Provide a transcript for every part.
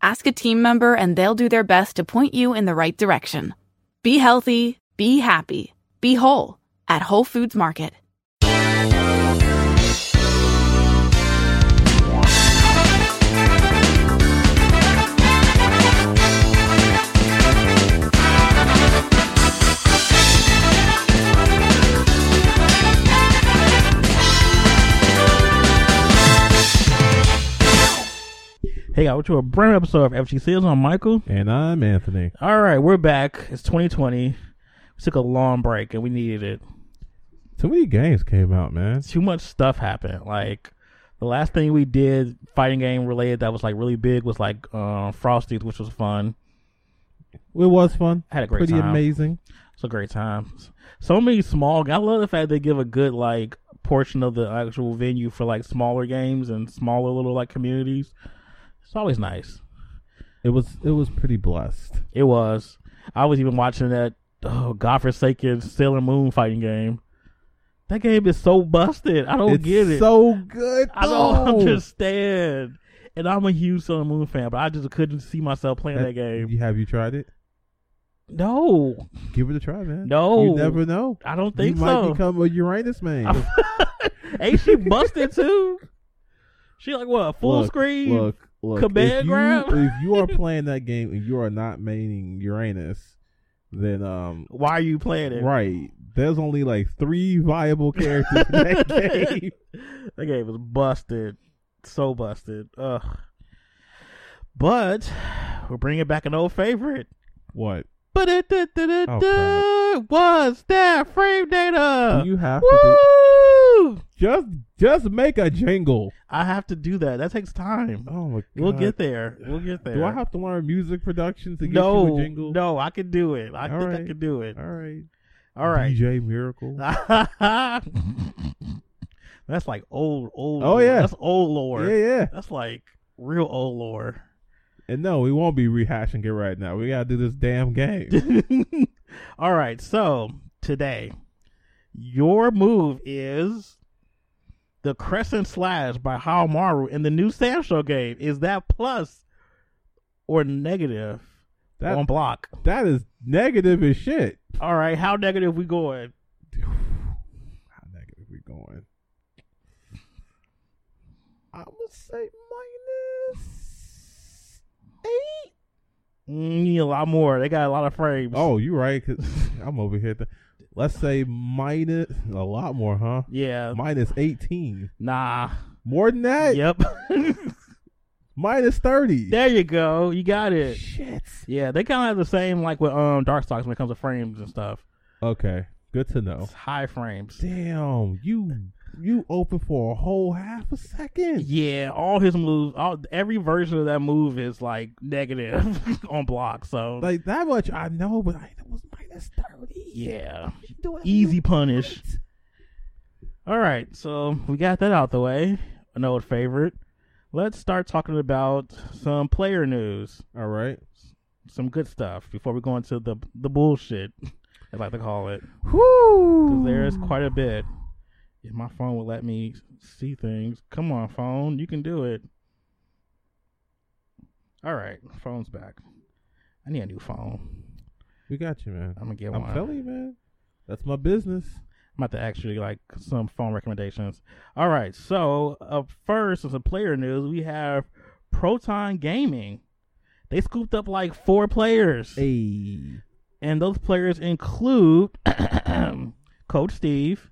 Ask a team member and they'll do their best to point you in the right direction. Be healthy, be happy, be whole at Whole Foods Market. Hey, y'all, we're to a brand new episode of FGC. It's on Michael. And I'm Anthony. All right, we're back. It's 2020. We took a long break and we needed it. Too many games came out, man. Too much stuff happened. Like, the last thing we did fighting game related that was like really big was like uh, Frosties, which was fun. It was fun. I had a great Pretty time. amazing. It's a great time. So many small. I love the fact they give a good like portion of the actual venue for like smaller games and smaller little like communities. It's always nice. It was it was pretty blessed. It was. I was even watching that oh godforsaken Sailor Moon fighting game. That game is so busted. I don't it's get it. so good. I don't though. understand. And I'm a huge Sailor Moon fan, but I just couldn't see myself playing that, That- game. you- Have you tried it? No, Give it a try, man. No. You never know. I don't You think might so. become a Uranus man. Ain't she busted too? She like what full Look, screen? Look, look. Command if you, grab? if you are playing that game and you are not maining Uranus, then um, Why are you playing it? right. There's only like three viable characters in that game. That game was busted, so busted. Ugh. But we're bringing back an old favorite. What? But it did, did, did, did, was that frame data? you have to do, Woo! just just make a jingle. I have to do that. That takes time. Oh my god. We'll get there. We'll get there. Do I have to learn music production to get no, you a jingle? no, I can do it. I All think I right. can do it. All right. All right. DJ Miracle. that's like old, old. Oh, lore. yeah. that's old lore. Yeah, yeah. That's like real old lore. And no, we won't be rehashing it right now. We gotta do this damn game. All right, so today, your move is the Crescent Slash by Haomaru in the new Sam Show game. Is that plus or negative That on block? that is negative as shit. All right, how negative we going? How negative we going? I would say minus eight. Mm, a lot more. They got a lot of frames. Oh, you right. Cause I'm over here. Th- Let's say minus a lot more, huh? yeah. Minus eighteen. Nah. More than that. Yep. Minus thirty. there you go. You got it. Shit. Yeah, they kind of have the same like with um Dark Stocks when it comes to frames and stuff. Okay. Good to know. It's high frames. Damn, you you open for a whole half a second. Yeah, all his moves, all every version of that move is like negative on block. So Like that much I know, but I it was minus thirty. yeah, You do it easy punish. All right, so we got that out the way. An old favorite. Let's start talking about some player news, All right. some good stuff before we go into the the bullshit, I like to call it. Whoo. Cause there is quite a bit. If my phone would let me see things, come on, phone, you can do it. All right, phone's back. I need a new phone. We got you, man. I'm gonna get I'm one. telling you, man. That's my business. I'm about to actually like some phone recommendations. All right, so up first, as a player news, we have Proton Gaming. They scooped up like four players. Hey. And those players include Coach Steve,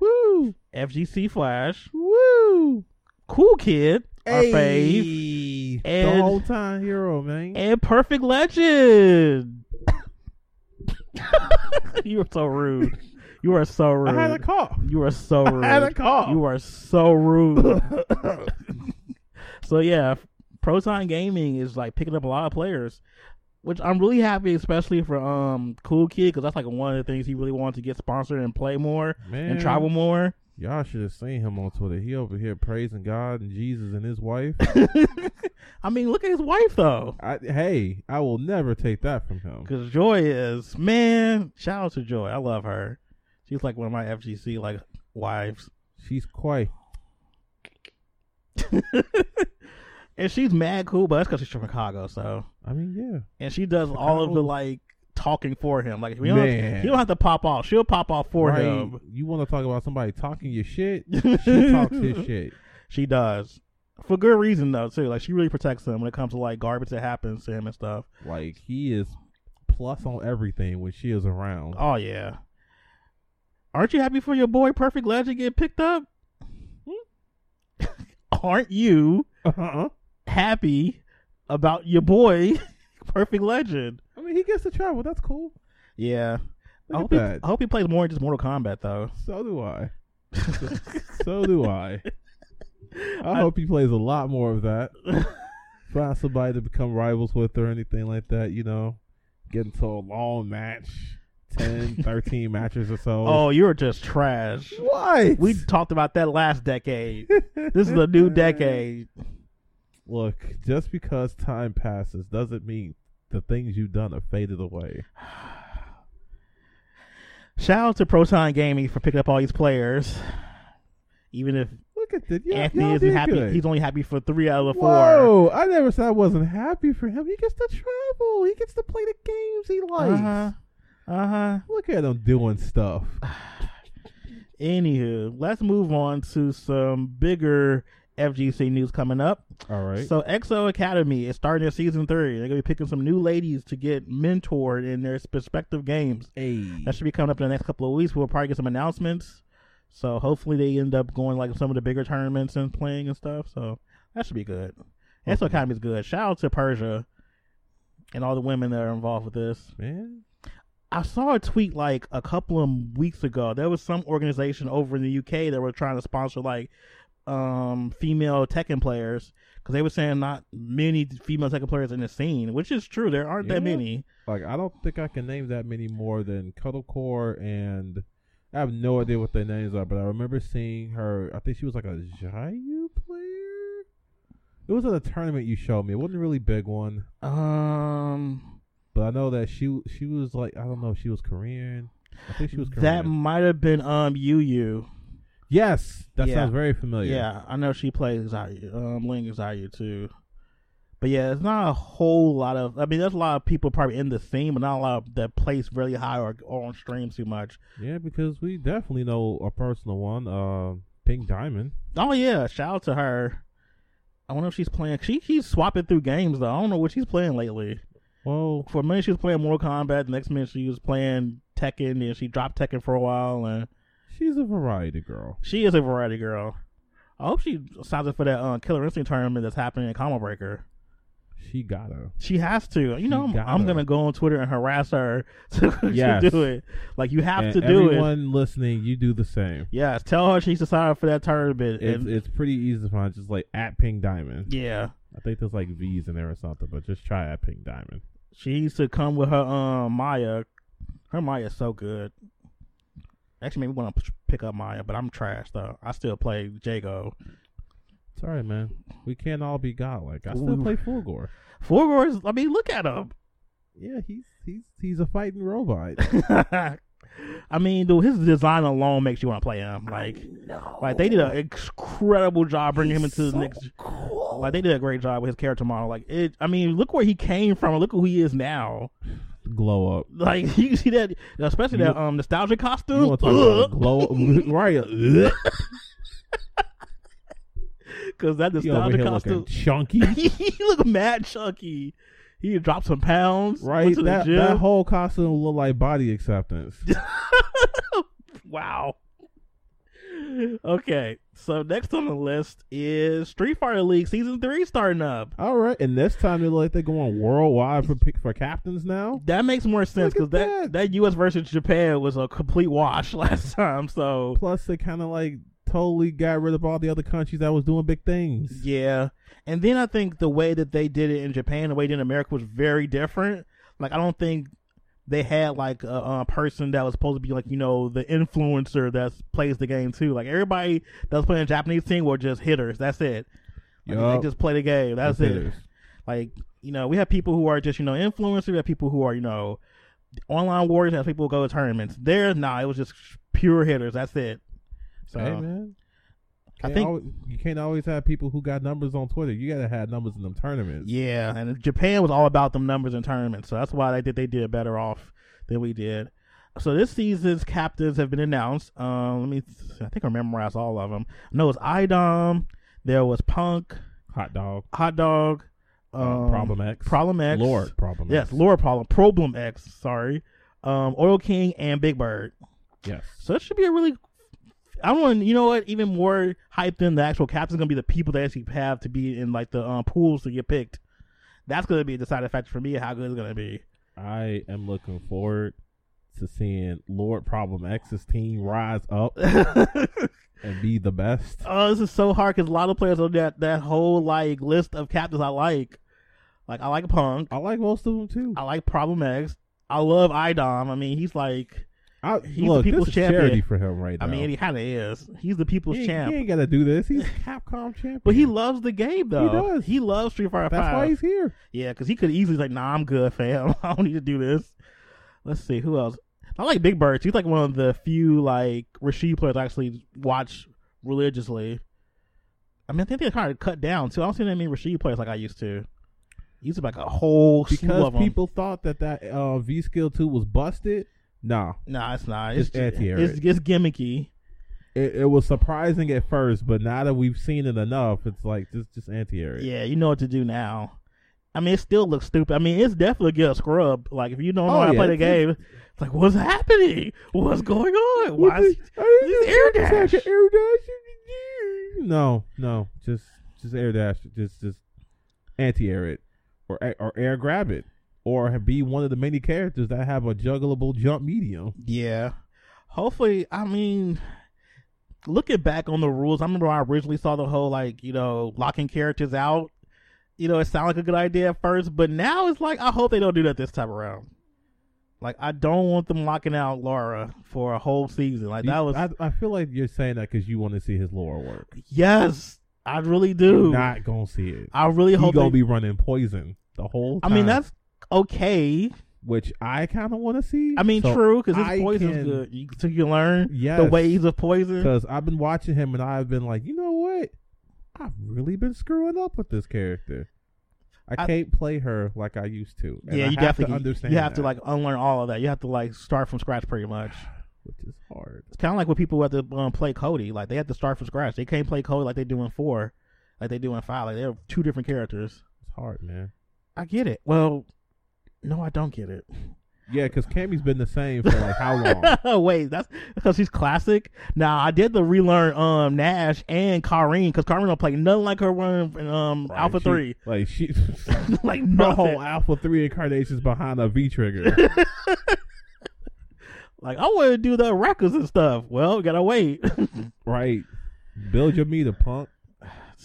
Woo. FGC Flash, Woo. Cool Kid, our fave, Ayy. And- the whole time hero, man. and Perfect Legend. you are so rude. You are so rude. I had a cough. you are so rude. I had a cough. You are so rude. so yeah, Proton Gaming is like picking up a lot of players. which I'm really happy, especially for um Cool Kid, because that's like one of the things he really wanted to get sponsored and play more Man, and travel more. Y'all should have seen him on Twitter. He over here praising God and Jesus and his wife. I mean, look at his wife though, I, hey, I will never take that from him. because Joy is man. Shout out to Joy, I love her. She's like one of my FGC like wives, She's quite. and she's mad cool, but that's because she's from Chicago, so I mean, yeah. and she does all of the Chicago. like talking for him. Like we don't, Man. he don't have to pop off; she'll pop off for Right, him. You want to talk about somebody talking your shit? She talks his shit. She does. For good reason though, too. Like she really protects him when it comes to like garbage that happens to him and stuff. Like he is plus on everything when she is around. Oh yeah. Aren't you happy for your boy Perfect Legend get picked up? Hmm? Aren't you Oh, Uh-huh. happy about your boy Perfect Legend? I mean, he gets to travel. That's cool. Yeah. I Look hope, at he, that. I hope he plays more than just Mortal Kombat though. So do I. so do I. I hope he plays a lot more of that. Find somebody to become rivals with or anything like that, you know. Get into a long match, 10, 13 matches or so. Oh, you're just trash. why? We talked about that last decade. This is a new decade. Look, just because time passes doesn't mean the things you've done are faded away. Shout out to Proton Gaming for picking up all these players. Even if Look at that. Yeah, Anthony y'all isn't did happy, good. he's only happy for three out of the four. Whoa! I never said I wasn't happy for him. He gets to travel. He gets to play the games he likes. Uh huh. Uh huh. Look at him doing stuff. Anywho, let's move on to some bigger FGC news coming up. All right. So EXO Academy is starting their season three. They're gonna be picking some new ladies to get mentored in their respective games. hey. That should be coming up in the next couple of weeks. We'll probably get some announcements. So hopefully they end up going like some of the bigger tournaments and playing and stuff. So that should be good. Okay. Esso Academy is good. Shout out to Persia and all the women that are involved with this. Man. I saw a tweet like a couple of weeks ago. There was some organization over in the UK that were trying to sponsor like um female Tekken players because they were saying not many female Tekken players in the scene, which is true. There aren't Yeah. that many. Like, I don't think I can name that many more than Cuddlecore and. I have no idea what their names are, but I remember seeing her. I think she was like a Jayu player. It was at a tournament you showed me. It wasn't a really big one, Um, but I know that she she was like I don't know. if She was Korean. I think she was Korean. that might have been um Yu Yu. yes, that Yeah. soundes sounds very familiar. Yeah, I know she plays Zayu, um, Ling Zayu too. But yeah, it's not a whole lot of. I mean, there's a lot of people probably in the scene, but not a lot of, that plays really high or, or on stream too much. Yeah, because we definitely know a personal one, uh, Pink Diamond. Oh yeah, shout out to her. I wonder if she's playing. She she's swapping through games though. I don't know what she's playing lately. Well, For a minute she was playing Mortal Kombat. The next minute she was playing Tekken. Then she dropped Tekken for a while, and she's a variety girl. she is a variety girl. I hope she signs up for that uh, Killer Instinct tournament that's happening in Combo Breaker. She gotta. She has to. You know, I'm, gotta. I'm gonna go on Twitter and harass her to, to Yes. do it. Like you have And to do it. everyone listening, you do the same. Yes, tell her she needs to sign up for that tournament. It's, and, it's pretty easy to find. Just like at Pink Diamond. yeah, I think there's like V's in there or something, but just try at Pink Diamond. she needs to come with her um Maya. Her Maya's so good. Actually, maybe want to pick up Maya, but I'm trash though. I still play Jago. Sorry, man. We can't all be godlike. I still Ooh. play Fulgore. Forgors, I mean, look at him. Yeah, he's he's he's a fighting robot. I mean, dude, his design alone makes you want to play him. Like, like they did an incredible job bringing him into the next. Like they did a great job with his character model. Like it, I mean, look where he came from. and Look who he is now. glow up. Like you see that, especially that um nostalgic You costume. want to talk about glow up? right? Ugh. Because that He over nostalgic here costume, looking chunky. he look mad chunky. He dropped some pounds. Right, went to the that, gym. that whole costume look like body acceptance. wow. Okay, so next on the list is Street Fighter League season three starting up. All right, and this time they look like they're going worldwide for pick for captains now. That makes more sense because Look at that, that U.S. versus Japan was a complete wash last time. So Plus, they kind of like totally got rid of all the other countries that was doing big things. yeah, and then I think the way that they did it in Japan, the way they did it in America was very different. Like I don't think they had like a, a person that was supposed to be like you know the influencer that plays the game too. Like everybody that was playing the Japanese team were just hitters. That's it. Like, Yup. They just play the game. That's Yes, it. is. Like you know we have people who are just you know influencers. We have people who are you know online warriors. We have people who go to tournaments. There, nah, it was just pure hitters. That's it. So hey man. I Can't think- always, you can't always have people who got numbers on Twitter. You gotta have numbers in them tournaments. Yeah, and Japan was all about them numbers and tournaments, so that's why they did they did better off than we did. So this season's captives have been announced. Um, let me, I think I memorized all of them. No, it's Idom. There was Punk, Hot dog. Hot Dog, um, uh, problem X. Problem X, Lord problem. yes, X. Lord Problem, Problem X, sorry, um, Oil King, and Big Bird. Yes. So it should be a really. I want you know what even more hype than the actual captain's gonna be the people that actually have to be in like the um, pools to get picked. That's gonna be a deciding factor for me how good it's gonna be. I am looking forward to seeing Lord Problem X's team rise up and be the best. oh, this is so hard because a lot of players on that that whole like list of captains I like. Like I like Punk, I like most of them too. I like Problem X, I love Idom. I mean he's like I, he's the look, people's this is champion. charity for him right now. I mean he kind of is. He's the people's he, ain't- champ, he ain't got to do this. He's Capcom champion. but he loves the game though. does. He loves Street Fighter That's Five. why he's here. Yeah, because he could easily like, "Nah, I'm good, fam. I don't need to do this." Let's see who else. I like Big Bird. He's like one of the few like Rasheed players I actually watch religiously. I mean, I think they kind of cut down too. I don't see that many Rasheed players like I used to. Used to like a whole slew Because of 'em. people thought that that uh, V Skill 2 was busted. Nah. Nah, it's not. It's Just anti-air it's, it's gimmicky. It, it was surprising at first, but now that we've seen it enough, it's like just just anti area. Yeah, you know what to do now. I mean, it still looks stupid. I mean, it's definitely get a scrub. Like if you don't know Oh, how to yeah, play the it's- game, it's like what's happening? What's going on? Why? What Is, the- I this didn't air know it's like dash? an air dash. No, no, just just air dash, just just anti-air it, or a- or air grab it, or be one of the many characters that have a jugglable jump medium. Yeah. Hopefully, I mean, looking back on the rules, I remember when I originally saw the whole like you know locking characters out. You know, it sounded like a good idea at first, but now it's like I hope they don't do that this time around. Like I don't want them locking out Laura for a whole season. Like that was I, I feel like you're saying that because you want to see his lore work. yes, I really do. Not gonna see it. I really He hope. gonna they- be running poison the whole. I Time, mean, that's okay. which I kind of want to see. I mean, So true because his I poison's can- good. You, so you learn the Yes. ways of poison. Because I've been watching him and I've been like, you know what? I've really been screwing up with this character. I, I- can't play her like I used to. and yeah, I you have definitely to understand. You have to that, like unlearn all of that. You have to like start from scratch pretty much. which is hard. It's kind of like when people have to um, play Cody. Like they have to start from scratch. They can't play Cody like they do in four, like they do in five. Like they're two different characters. It's hard, man. I get it. Well, no, I don't get it. Yeah, because Cammy's been the same for like how long? Oh, Wait, that's because she's classic. Now I did the relearn um Nash and Kareen because Kareen don't play nothing like her one in um Right, Alpha she- Three. Like she, like the no whole Alpha Three incarnations behind a V trigger. Like I want to do the records and stuff. Well, gotta wait. right. Build your meter, punk.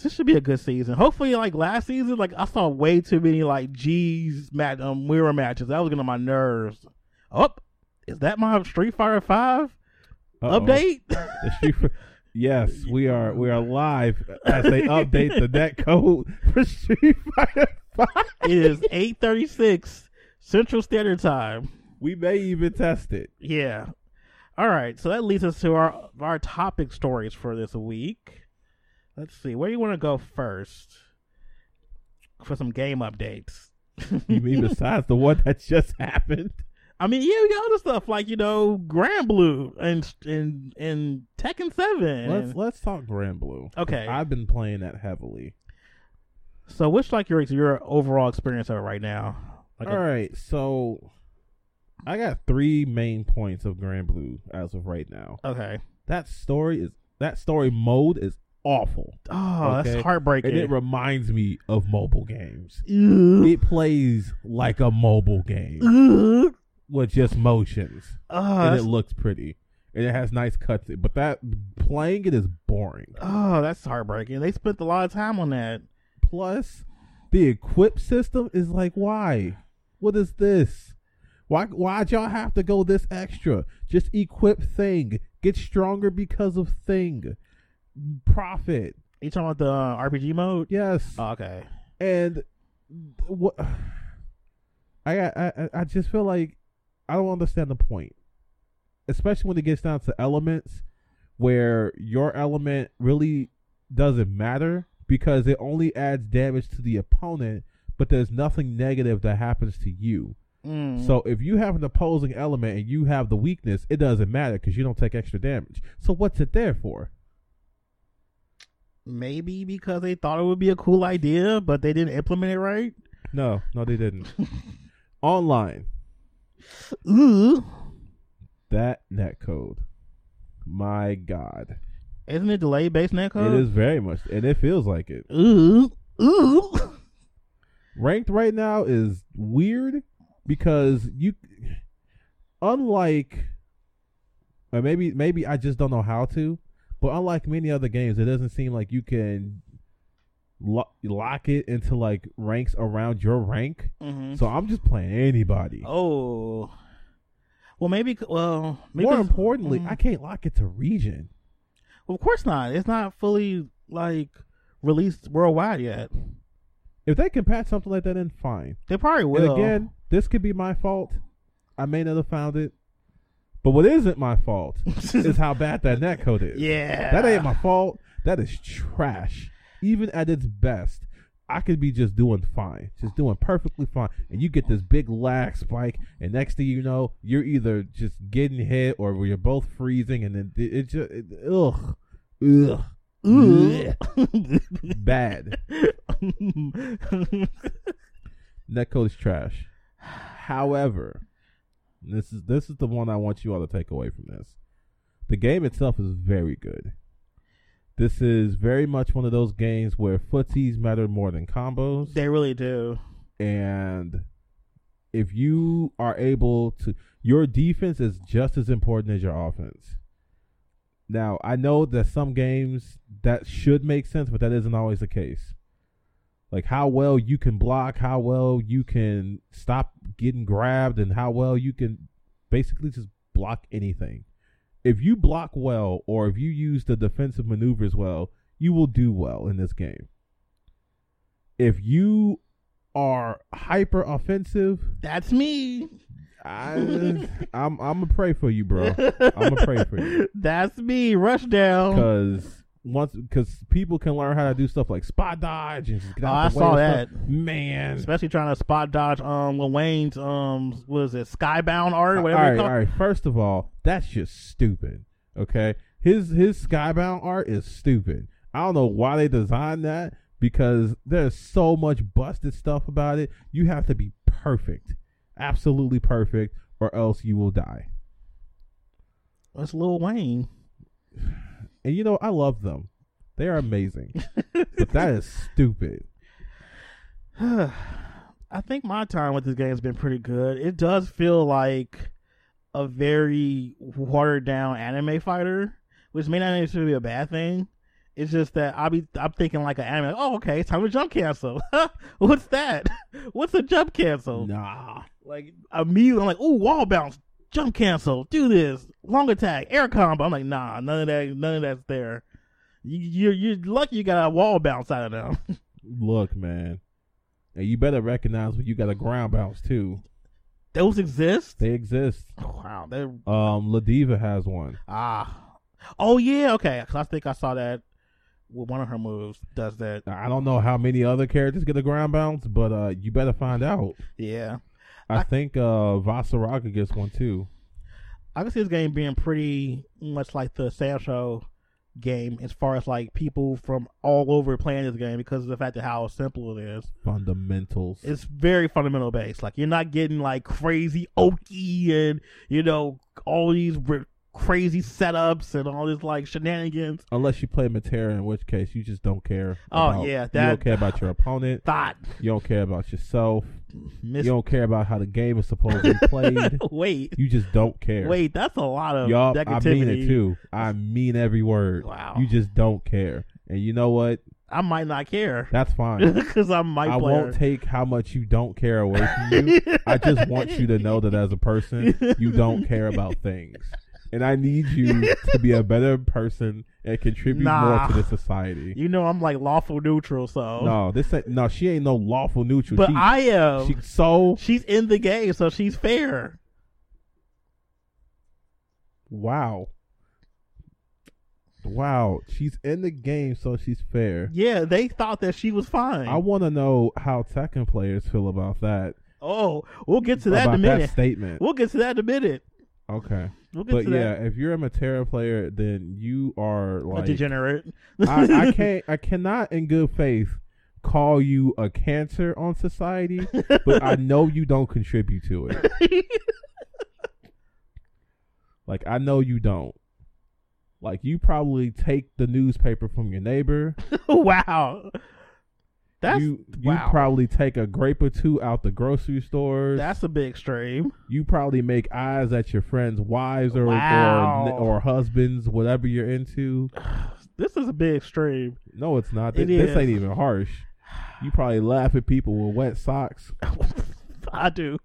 this should be a good season. Hopefully, like last season, like I saw way too many like G's mat um mirror matches. That was getting on my nerves. Oh, is that my Street Fighter Five Uh-oh. update? The Street Fi- Yes, we are we are live as they update the net code for Street Fighter Five. it is eight thirty six Central Standard Time. We may even test it. Yeah. All right. So that leads us to our our topic stories for this week. Let's see. Where you want to go first for some game updates? You mean besides the one that just happened? I mean, yeah, we got other stuff like you know, Grand Blue and and and Tekken 7 Let's let's talk Grand Blue. okay, I've been playing that heavily. so what's like your your overall experience of it right now? Like, All right, so I got three main points of Grand Blue as of right now. okay. That story is that story mode is awful, Oh, Okay. that's heartbreaking. and it reminds me of mobile games. Ugh. It plays like a mobile game Ugh. with just motions, Oh, and that's, it looks pretty, and it has nice cuts. But that playing it is boring. oh, that's heartbreaking. They spent a lot of time on that. plus the equip system is like why What is this? Why why'd y'all have to go this extra? Just equip thing. Get stronger because of thing. Profit. You talking about the uh, RPG mode? Yes. Oh, okay. and what I, got- I I- I just feel like I don't understand the point, especially when it gets down to elements where your element really doesn't matter because it only adds damage to the opponent, but there's nothing negative that happens to you. Mm. So if you have an opposing element and you have the weakness, it doesn't matter because you don't take extra damage. So what's it there for? maybe because they thought it would be a cool idea, but they didn't implement it right. No, no, they didn't. Online. Ooh. That net code. My God. Isn't it delay based netcode? It is very much and it feels like it. Ooh. Ooh. Ranked right now is weird because you unlike or maybe maybe I just don't know how to, but unlike many other games, it doesn't seem like you can lo- lock it into like ranks around your rank. hmm So I'm just playing anybody. Oh. Well, maybe. c- Well, maybe More it's- importantly, mm. I can't lock it to region. Of course not. It's not fully like released worldwide yet. If they can patch something like that in, fine. They probably And will. again, this could be my fault. I may not have found it. But what isn't my fault is how bad that netcode is. yeah, That ain't my fault. That is trash. Even at its best, I could be just doing fine. Just doing perfectly fine. And you get this big lag spike, and next thing you know, you're either just getting hit or you're both freezing, and then it, it just, it, ugh. Ugh. Ooh. Bad. Netcode is trash. However, this is this is the one I want you all to take away from this. The game itself is very good. This is very much one of those games where footsies matter more than combos, they really do. and if you are able to, your defense is just as important as your offense. Now, I know that some games that should make sense, but that isn't always the case. Like how well you can block, how well you can stop getting grabbed, and how well you can basically just block anything. If you block well, or if you use the defensive maneuvers well, you will do well in this game. If you are hyper offensive, That's me, I, I'm I'm gonna pray for you, bro. I'm gonna pray for you. That's me. Rush down. because once because people can learn how to do stuff like spot dodge and just get Oh, out I the way saw and that. stuff. man. Especially trying to spot dodge um Lil Wayne's um was it Skybound art Uh, all whatever right, they all call. right. First of all, that's just stupid. Okay, his his skybound art is stupid. I don't know why they designed that because there's so much busted stuff about it. You have to be perfect, absolutely perfect, or else you will die. It's Lil Wayne. And you know, I love them. They are amazing. but that is stupid. I think my time with this game has been pretty good. It does feel like a very watered down anime fighter, which may not necessarily be a bad thing. It's just that I'll be I'm thinking like an anime. Like, oh, okay, it's time to jump cancel. What's that? What's a jump cancel? Nah. Like immediately, I'm like, ooh, wall bounce, jump cancel, do this, long attack, air combo. I'm like, nah, none of that, none of that's there. You, you're you're lucky you got a wall bounce out of them. Look, man. And you better recognize when you got a ground bounce too. Those exist. They exist. Wow, they're Um Ladiva has one. Ah. Oh yeah, okay. 'cause I think I saw that with one of her moves does that. I don't know how many other characters get a ground bounce, but uh you better find out. Yeah. I, I- think uh Vasaraga gets one too. I can see this game being pretty much like the Sam Show game as far as like people from all over playing this game because of the fact of how simple it is. Fundamentals. It's very fundamental based. Like you're not getting like crazy oaky and you know all these r- crazy setups and all this like shenanigans. Unless you play Matera, in which case you just don't care. Oh, about- yeah, you don't that- care about your opponent. Thought You don't care about yourself. miss. You don't care about how the game is supposed to be played. Wait, You just don't care. wait. That's a lot of y'all. I mean negativity. it too. I mean every word. Wow. You just don't care. And you know what? I might not care That's fine. because I'm my I player. won't take how much you don't care away from you. I just want you to know that as a person, you don't care about things. And I need you to be a better person and contribute Nah. more to the society. you know, I'm like lawful neutral, so. No, this ain't, no, she ain't no lawful neutral. but she, I am. she so she's in the game, so she's fair. wow, wow. She's in the game, so she's fair. Yeah, they thought that she was fine. I want to know how Tekken players feel about that. oh, we'll get to that in a about minute. that statement. We'll get to that in a minute. Okay, We'll get but to yeah, that. if you're a Matera player, then you are A like degenerate. I, I can't I cannot in good faith call you a cancer on society, but I know you don't contribute to it. like I know you don't. Like you probably take the newspaper from your neighbor. wow. That's you you wow. probably take a grape or two out the grocery stores. That's a big extreme. you probably make eyes at your friends' wives or Wow. or, or husbands, whatever you're into. This is a big extreme. No, it's not. It Th- this is. ain't even harsh. You probably laugh at people with wet socks. I do.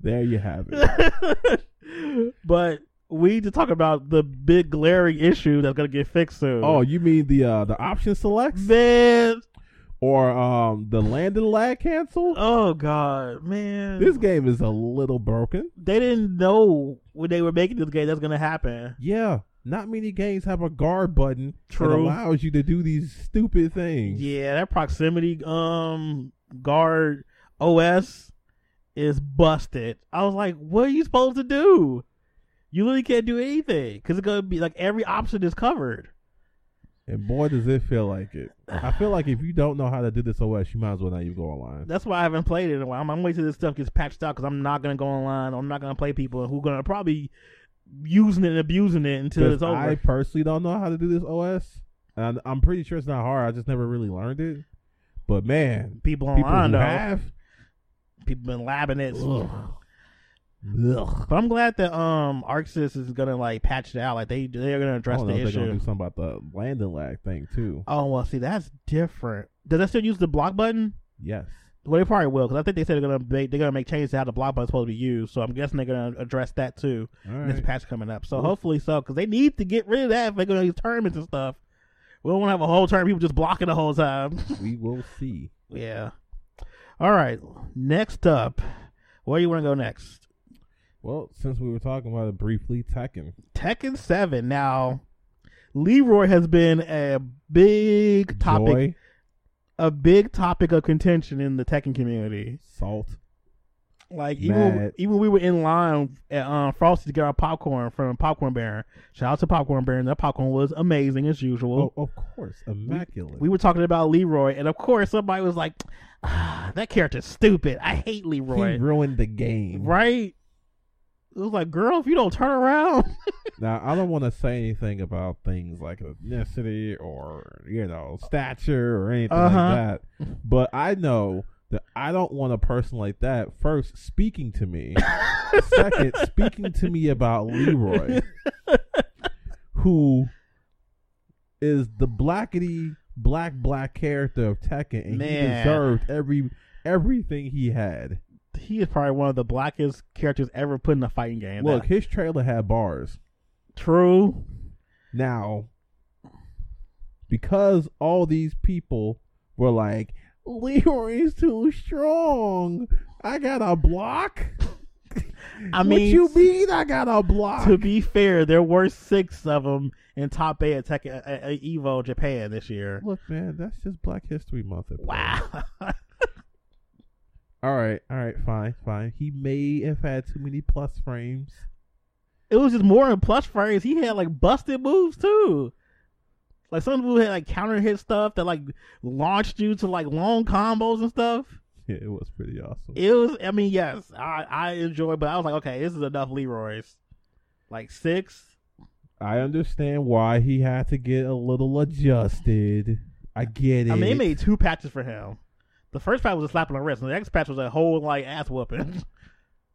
There you have it. but we need to talk about the big glaring issue that's gonna get fixed soon. oh, you mean the uh, the option selects man! or um the land and lag cancel? Oh god, man! This game is a little broken. they didn't know when they were making this game that's gonna happen. Yeah, not many games have a guard button that True. allows you to do these stupid things. Yeah, that proximity um guard OS is busted. I was like, what are you supposed to do? You literally can't do anything because it's gonna be like every option is covered. And boy, does it feel like it. I feel like if you don't know how to do this OS, you might as well not even go online. That's why I haven't played it in a while. I'm, I'm waiting till this stuff gets patched out because I'm not gonna go online. I'm not gonna play people who gonna probably using it and abusing it until 'Cause it's over. I personally don't know how to do this OS, and I'm pretty sure it's not hard. I just never really learned it. But man, people people online who though, have, people been labbing it. ugh, ugh. But I'm glad that um Arxis is gonna like patch it out. Like they they're gonna I address don't know the if Oh, they're gonna issue. do something about the landing lag thing too. Oh well, see that's different. Does that still use the block button? Yes, Well, they probably will because I think they said they're gonna make, they're gonna make changes to how the block button's supposed to be used. So I'm guessing they're gonna address that too. all in This right. patch coming up, so Cool. hopefully so because they need to get rid of that if they're gonna use tournaments and stuff. We don't want to have a whole tournament people just blocking the whole time. we will see. yeah. All right. Next up, where you want to go next? Well, since we were talking about it briefly, Tekken. Tekken Seven. Now, Leroy has been a big topic, Joy, a big topic of contention in the Tekken community. salt. Like even Mad. even we were in line at um, Frosty to get our popcorn from Popcorn Baron. Shout out to Popcorn Baron. That popcorn was amazing as Oh, usual. of course, immaculate. We were talking about Leroy, and of course somebody was like, ah, "That character's stupid. I hate Leroy." he ruined the game. Right? It was like, girl, if you don't turn around, Now, I don't want to say anything about things like ethnicity or, you know, stature or anything Uh-huh. like that. But I know that I don't want a person like that, first, speaking to me. Second, speaking to me about Leroy, who is the blackety, black, black character of Tekken. And he Man. deserved every everything he had. he is probably one of the blackest characters ever put in a fighting game. Look, That- his trailer had bars. true. Now, because all these people were like, Leroy's too strong. I got a block. I mean, what you mean I got a block? to be fair, there were six of them in top eight at Tech at, at Evo Japan this year. Look, man, that's just Black History Month. at play. Wow. All right, all right, fine, fine. He may have had too many plus frames. it was just more in plus frames. He had like busted moves too. Like some people had like counter hit stuff that like launched you to like long combos and stuff. Yeah, it was pretty awesome. It was, I mean, yes, I I enjoyed, but I was like, okay, this is enough Leroy's. Like six. I understand why he had to get a little adjusted. I get it. I mean, they made two patches for him. The first patch was a slap on the wrist, and the next patch was a whole like ass whooping.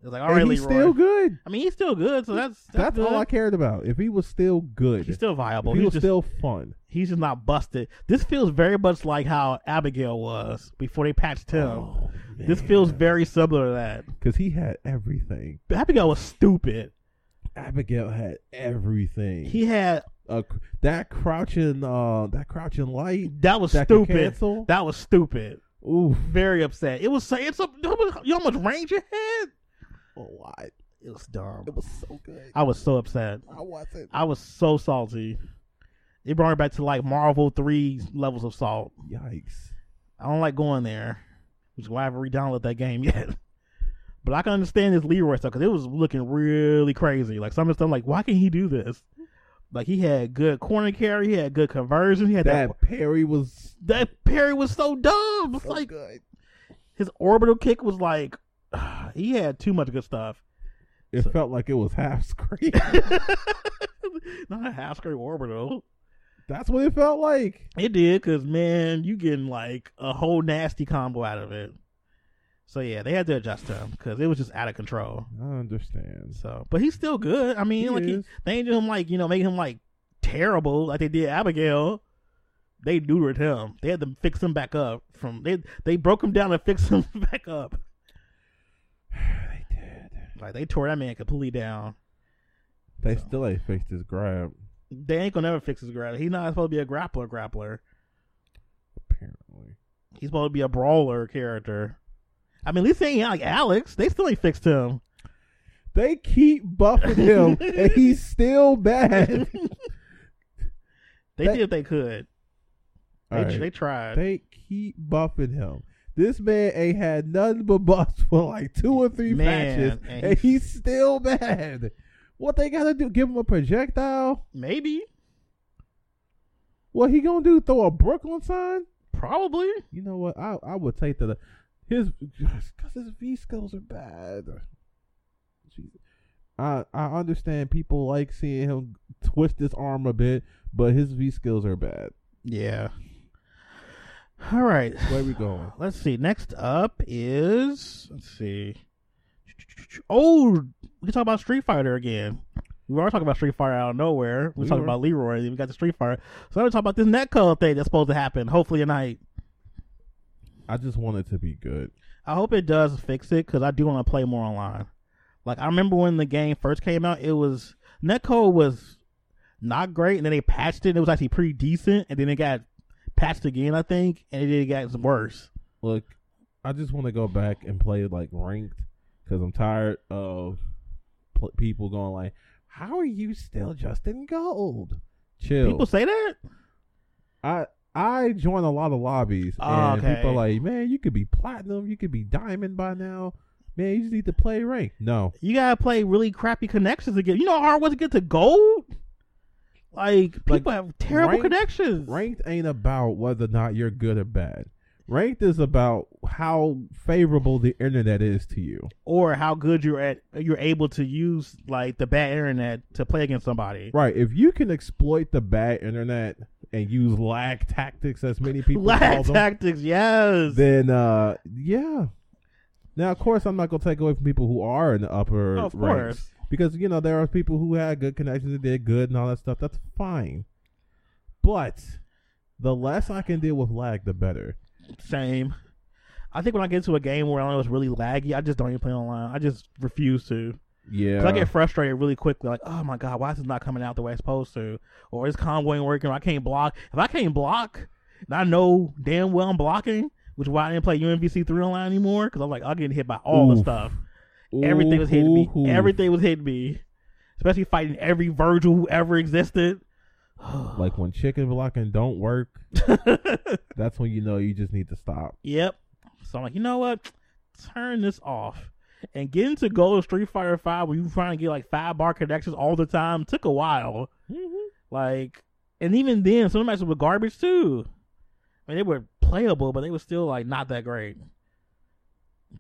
It's like, all And right, he's Leroy. still good. I mean, he's still good, so that's That's, that's, all I good. cared about. If he was still good, He's still viable. if he He's was just still fun. he's just not busted. This feels very much like how Abigail was before they patched him. Oh, this feels very similar to that. because he had everything. Abigail was stupid. Abigail had everything. He had Uh, cr- that crouching, uh, that crouching light. that was That could stupid. cancel? That was stupid. Ooh, Very upset. It was it's a you know how much range it had. a lot. It was dumb. It was so good. I was so upset. I wasn't. I was so salty. It brought me back to like Marvel three levels of salt. Yikes. I don't like going there, which is why I haven't re-downloaded that game yet. But I can understand this Leroy stuff because it was looking really crazy. Like some of the stuff, like why can he do this? Like he had good corner carry, he had good conversion, he had that. That Perry was That, parry was so dumb. It's so like good. his orbital kick was like he had too much good stuff. It felt like it was half screen. Not a half screen orbital. That's what it felt like. It did, cause man, you getting like a whole nasty combo out of it. So yeah, they had to adjust him because it was just out of control. I understand. So, but he's still good. I mean, He like he, is. they ain't do him like you know making him like terrible like they did Abigail. They neutered him. They had to fix him back up from they they broke him down and fixed him back up. they did. Like they tore that man completely down. They So. still ain't fixed his grab. They ain't gonna ever fix his grappler. He's not supposed to be a grappler grappler. Apparently, He's supposed to be a brawler character. I mean, at least they ain't like Alex. They still ain't fixed him. they keep buffing him, and he's still bad. They That- did what they could. They, All right. they tried. They keep buffing him. This man ain't had nothing but buffs for like two or three Man, matches, and and, he's still bad. What they gotta do? Give him a projectile? Maybe, What he gonna do? Throw a Brooklyn sign? probably. You know what? I I would take that. His because his V skills are bad. Jesus. I I understand people like seeing him twist his arm a bit, but his V skills are bad. Yeah. All right. Where we going? Let's see. Next up is let's see. Oh, we can talk about Street Fighter again. We were talking about Street Fighter out of nowhere. We We talked were. about Leroy. Then we got the Street Fighter. So now we talk about this netcode thing that's supposed to happen. Hopefully tonight. I just want it to be good. I hope it does fix it because I do want to play more online. Like I remember when the game first came out, it was netcode was not great, and then they patched it. and It was actually pretty decent, and then it got patched again, I think, and it got worse. look, I just want to go back and play like ranked because I'm tired of pl- people going like, "How are you still just in gold?" Chill. People say that. I I join a lot of lobbies Oh, and okay. people are like, "Man, you could be platinum, you could be diamond by now. Man, you just need to play ranked." No, you gotta play really crappy connections to get. You know how hard it was to get to gold. Like people Like, have terrible rank- connections. ranked ain't about whether or not you're good or bad. Ranked is about how favorable the internet is to you. or how good you're at. You're able to use like the bad internet to play against somebody. Right. If you can exploit the bad internet and use lag tactics, as many people call Lag them, tactics, yes. then uh, yeah. Now, of course, I'm not gonna take away from people who are in the upper Oh, of ranks course. because you know there are people who had good connections and did good and all that stuff. That's fine, but the less I can deal with lag, the better. Same. I think when I get to a game where I know it's really laggy, I just don't even play online. I just refuse to. Yeah. Cause I get frustrated really quickly. Like, oh my god, why is this not coming out the way it's supposed to? Or this combo ain't working. Or I can't block. If I can't block, and I know damn well I'm blocking, which is why I didn't play UMVC three online anymore. Because I'm like, I'm getting hit by all the Oof. stuff. Everything was hitting me. Ooh. Everything was hitting me. Especially fighting every Virgil who ever existed. Like when chicken blocking don't work, that's when you know you just need to stop. Yep. So I'm like, you know what? Turn this off. And getting to Gold Street Fighter Five, where you trying to get like five bar connections all the time, took a while. Mm-hmm. Like, and even then, some matches were garbage too. I mean, they were playable, but they were still like not that great.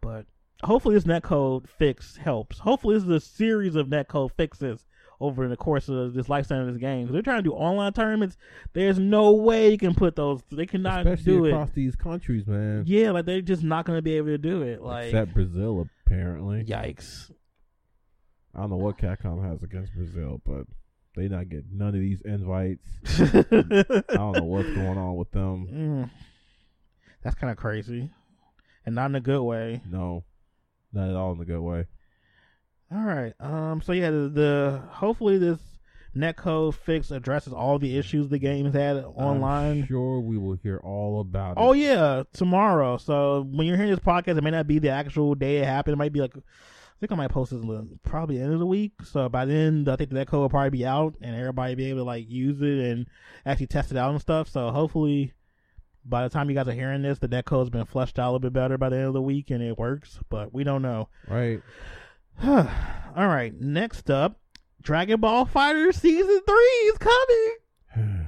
But hopefully, this netcode fix helps. Hopefully, this is a series of netcode fixes over the course of this lifespan of this game. 'Cause They're trying to do online tournaments. There's no way you can put those. They cannot Especially do it. across these countries, man. Yeah, like they're just not gonna be able to do it. Like, Except Brazil, apparently. yikes! I don't know what Capcom has against Brazil, but they not getting none of these invites. I don't know what's going on with them. Mm. That's kind of crazy, and not in a good way. No, not at all in a good way. All right. Um. So yeah, the, the hopefully this netcode fix addresses all the issues the game's had online. I'm sure, we will hear all about Oh it. yeah, tomorrow. So when you're hearing this podcast, it may not be the actual day it happened. It might be like, I think I might post this in the- probably end of the week. So by then, I think that code will probably be out, and everybody be able to like use it and actually test it out and stuff. So hopefully, by the time you guys are hearing this, the net code's been fleshed out a little bit better by the end of the week, and it works. But we don't know. Right. All right, next up, Dragon Ball Fighter Season Three is coming.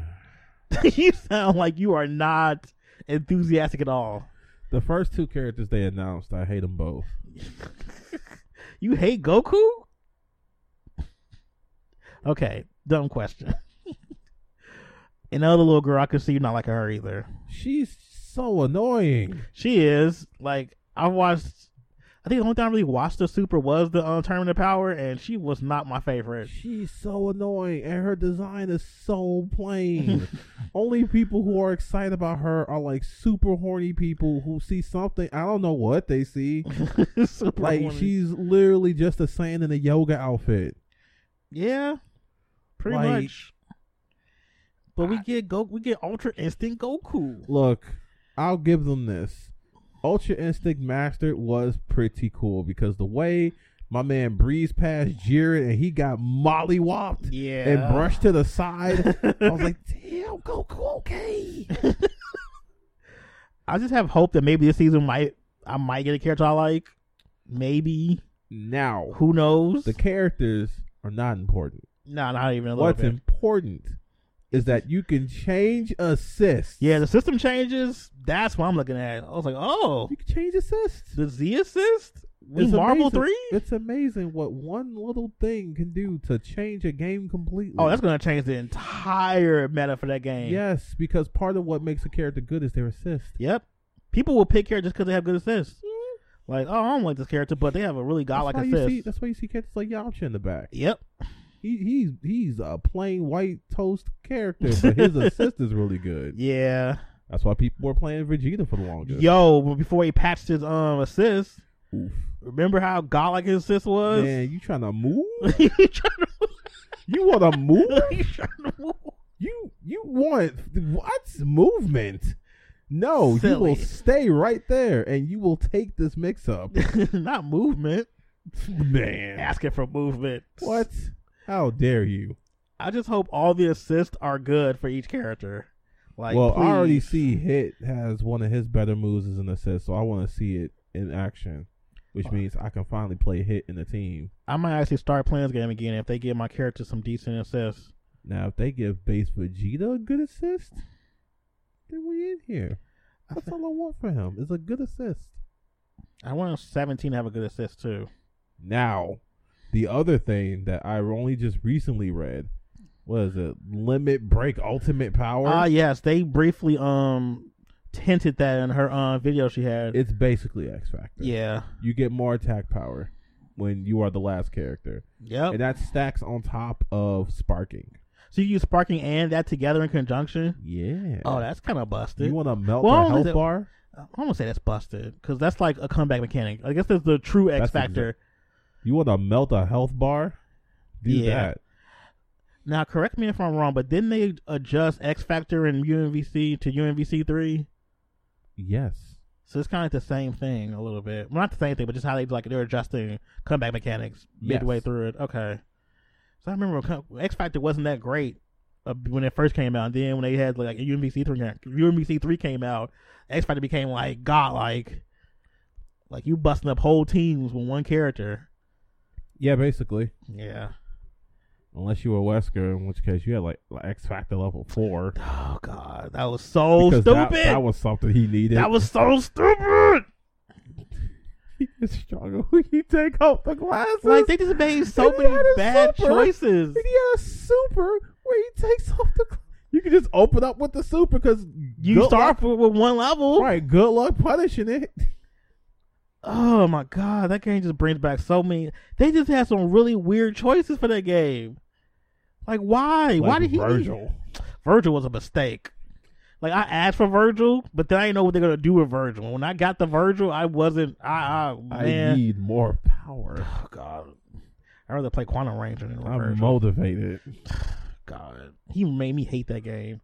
you sound like you are not enthusiastic at all. The first two characters they announced, I hate them both. You hate Goku? Okay, dumb question. and the other little girl, I could see you not like her either. She's so annoying. She is like I watched. I think the only time I really watched the Super was the uh, Tournament of Power, and she was not my favorite. She's so annoying, and her design is so plain. Only people who are excited about her are like super horny people who see something. I don't know what they see. Super Like Woman. she's literally just a saint in a yoga outfit. yeah, pretty Like- much. But we get go, we get Ultra Instinct Goku. Look, I'll give them this. Ultra Instinct Master was pretty cool because the way my man breezed past Jiren and he got mollywopped Yeah, and brushed to the side, I was like, damn, Goku, okay. I just have hope that maybe this season might I might get a character I like. Maybe Now, who knows? the characters are not important. no, not even a little What's bit. important is that you can change assists. Yeah, the system changes. That's what I'm looking at. I was like, oh, you can change assists. the Z assist. We It's Marvel amazing. three. It's amazing what one little thing can do to change a game completely. Oh, that's gonna change the entire meta for that game. Yes, because part of what makes a character good is their assist. Yep. People will pick characters because they have good assists. Like, oh, I don't like this character, but they have a really godlike that's why you see. assist. That's why you see characters like Yamcha in the back. Yep. He he's he's a plain white toast character, but his assist is really good. Yeah. That's why people were playing Vegeta for the longest. Yo, but before he patched his um assist, Oof. remember how godlike his assist was? Man, you trying to move? he trying You want to move? to, he trying to move. You you want what's movement? No, you Silly. will stay right there, and you will take this mix up, not movement. man. Asking for movement. What? How dare you? I just hope all the assists are good for each character. Like, well, I already please. see Hit has one of his better moves as an assist, so I want to see it in action, which means I can finally play Hit in the team. I might actually start playing this game again if they give my character some decent assists. Now, if they give base Vegeta a good assist, then we in here. That's all I want for him is a good assist. I want 17 to have a good assist too. Now, the other thing that I only just recently read was it Limit Break Ultimate Power. Ah, yes, they briefly um hinted that in her uh, video she had. it's basically X Factor. yeah. you get more attack power when you are the last character, Yep. and that stacks on top of sparking. so you use sparking and that together in conjunction. Yeah. Oh, that's kind of busted. you want to melt Well, I the don't health think that- bar? I want to say that's busted because that's like a comeback mechanic. I guess that's the true X That's factor. You want to melt a health bar? Do Yeah. that. Now, correct me if I'm wrong, but didn't they adjust X Factor and UNVC to UNVC three? Yes. So it's kind of like the same thing a little bit. Well, not the same thing, but just how they like they're adjusting comeback mechanics Yes. midway through it. Okay. So I remember co- X Factor wasn't that great uh, when it first came out. And then when they had like UMVC three, ca- UMVC three came out, X Factor became like godlike. Like you busting up whole teams with one character. Yeah, basically. Yeah. Unless you were Wesker, in which case you had like, like X Factor level four. Oh god, that was so Because stupid. that, that was something he needed. that was so stupid. he is stronger when you take off the glasses. Like they just made so And he many had a bad super. choices. And he had a super where he takes off the. gla- You can just open up with the super because You start off with with one level. Right, good luck punishing it. Oh my god, that game just brings back so many. They just had some really weird choices for that game. Like why? why Like did he? Virgil? Virgil was a mistake. Like I asked for Virgil, but then I didn't know what they're gonna do with Virgil. When I got the Virgil, I wasn't. I, I man. I need more power. oh god. I'd rather play Quantum Ranger than I'm Virgil. motivated. God, he made me hate that game.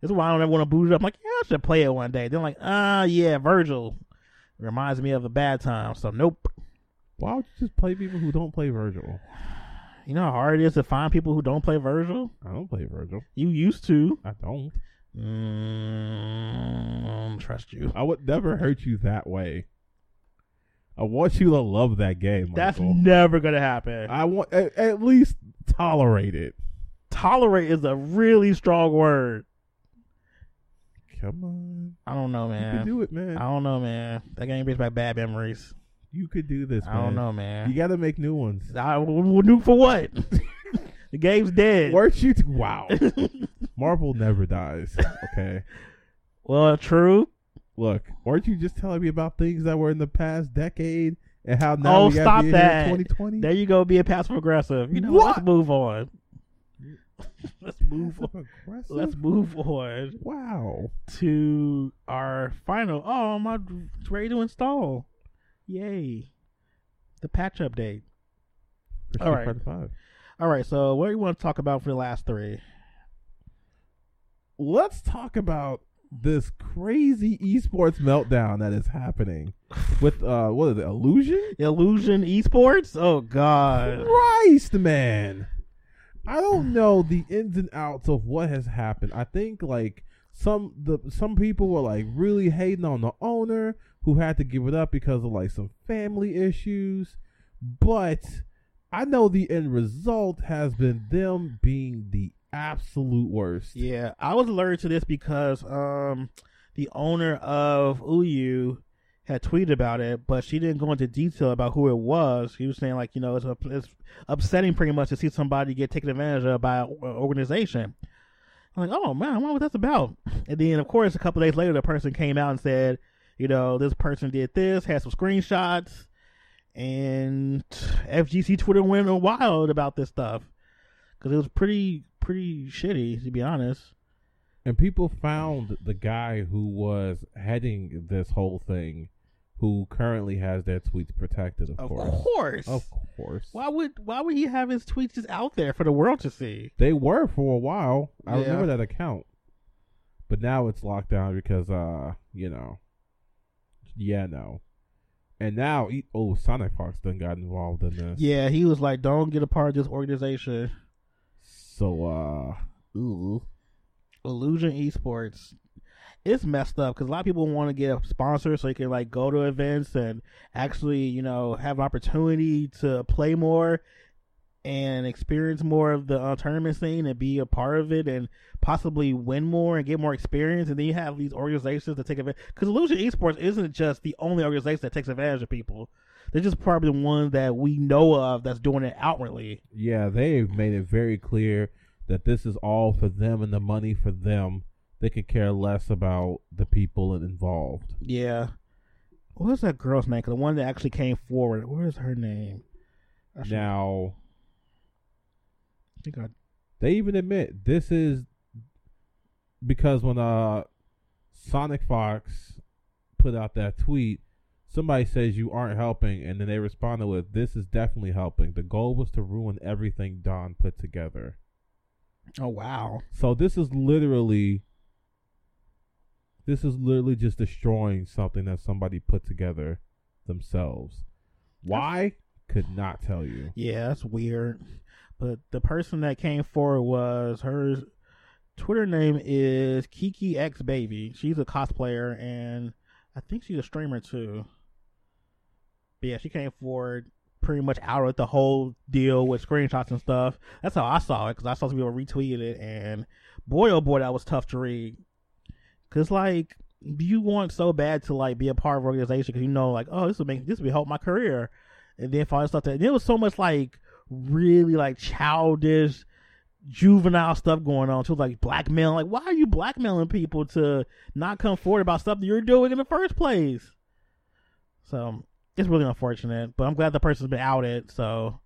That's why I don't ever want to boot it up. I'm like, yeah, I should play it one day. Then like, ah, yeah, Virgil reminds me of a bad time. So nope. Why would you just play people who don't play Virgil? You know how hard it is to find people who don't play Virgil. I don't play Virgil. You used to. I don't. Mm, I don't trust you. I would never hurt you that way. I want you to love that game, That's Michael. never gonna happen. I want at, at least tolerate it. Tolerate is a really strong word. Come on, I don't know, you can man. do it, man. I don't know, man. That game brings back bad memories. you could do this, man. I don't know, You man. got to make new ones. I will will nuke for what? the game's dead. Weren't you? wow. Marvel never dies. Okay. Well, true. Look, weren't you just telling me about things that were in the past decade and how now Oh, we got stop to be that. here in 2020? There you go, be a passive aggressive. You know, What? let's move on. let's move on. Aggressive? Let's move on wow. to our final. Oh, my it's ready to install. Yay. The patch update. For All right. Street Fighter Five. All right, so what do you want to talk about for the last three? Let's talk about this crazy esports meltdown that is happening with uh what is it? Illusion? Illusion Esports? Oh, God. Christ, man. I don't know the ins and outs of what has happened. I think like some the some people were like really hating on the owner who had to give it up because of like some family issues. But I know the end result has been them being the absolute worst. Yeah, I was alerted to this because um, the owner of Uyu had tweeted about it, but she didn't go into detail about who it was. She was saying like, you know, it's, it's upsetting pretty much to see somebody get taken advantage of by an organization. I'm like, oh man, I wonder what that's about. And then of course, a couple days later, the person came out and said, you know, this person did this, had some screenshots, and FGC Twitter went wild about this stuff because it was pretty pretty shitty to be honest. And people found the guy who was heading this whole thing, who currently has their tweets protected, of, Of course. course. Of course. Why would why would he have his tweets just out there for the world to see? They were for a while. I Yeah. remember that account. But now it's locked down because uh, you know. Yeah, no. And now e- oh, Sonic Fox done got involved in this. Yeah, he was like, "Don't get a part of this organization, So uh ooh. Illusion Esports." It's messed up because a lot of people want to get a sponsor so they can like go to events and actually, you know, have an opportunity to play more and experience more of the uh, tournament scene and be a part of it and possibly win more and get more experience. And then you have these organizations that take advantage. Because Illusion Esports isn't just the only organization that takes advantage of people. They're just probably the one that we know of that's doing it outwardly. Yeah, they've made it very clear that this is all for them and the money for them. They could care less about the people involved. Yeah. What is that girl's name? 'Cause the one that actually came forward. What is her name? I should- Now, I think I- they even admit this is because when uh Sonic Fox put out that tweet, somebody says you aren't helping, and then they responded with, "This is definitely helping. The goal was to ruin everything Don put together." oh wow. So this is literally, this is literally just destroying something that somebody put together themselves. Why? Could not tell you. Yeah, that's weird. But the person that came forward was her Twitter name is Kiki X Baby. She's a cosplayer and I think she's a streamer too. But yeah, she came forward pretty much out with the whole deal with screenshots and stuff. That's how I saw it because I saw some people retweeted it, and boy, oh boy, that was tough to read. Cause like you want so bad to like be a part of an organization because you know like oh this will make this will help my career, and then for all this stuff that and there was so much like really like childish. Juvenile stuff going on too, like blackmail. Like, why are you blackmailing people to not come forward about stuff that you're doing in the first place? So it's really unfortunate, but I'm glad the person's been outed. So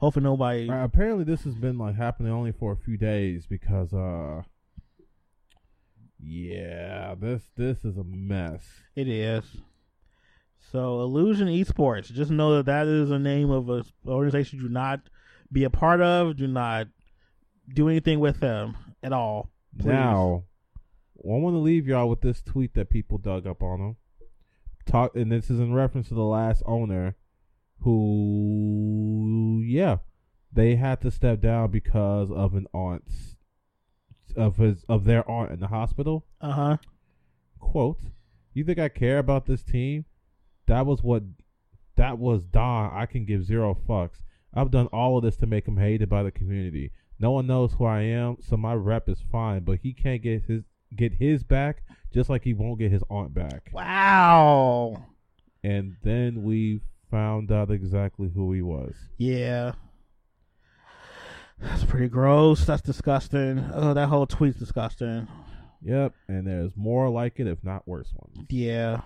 hopefully nobody. Uh, apparently, this has been like happening only for a few days because, uh, yeah, this this is a mess. It is. So Illusion Esports. Just know that that is the name of an organization. Do not be a part of. Do not do anything with them at all. Please. Now, I want to leave y'all with this tweet that people dug up on them. Talk, and this is in reference to the last owner, who, yeah, they had to step down because of an aunt's, of his, of their aunt in the hospital. Uh huh. Quote: You think I care about this team? That was what, that was Don. I can give zero fucks. I've done all of this to make him hated by the community. No one knows who I am, so my rep is fine. But he can't get his get his back, just like he won't get his aunt back. Wow. And then we found out exactly who he was. Yeah. That's pretty gross. That's disgusting. Oh, that whole tweet's disgusting. Yep. And there's more like it, if not worse ones. Yeah.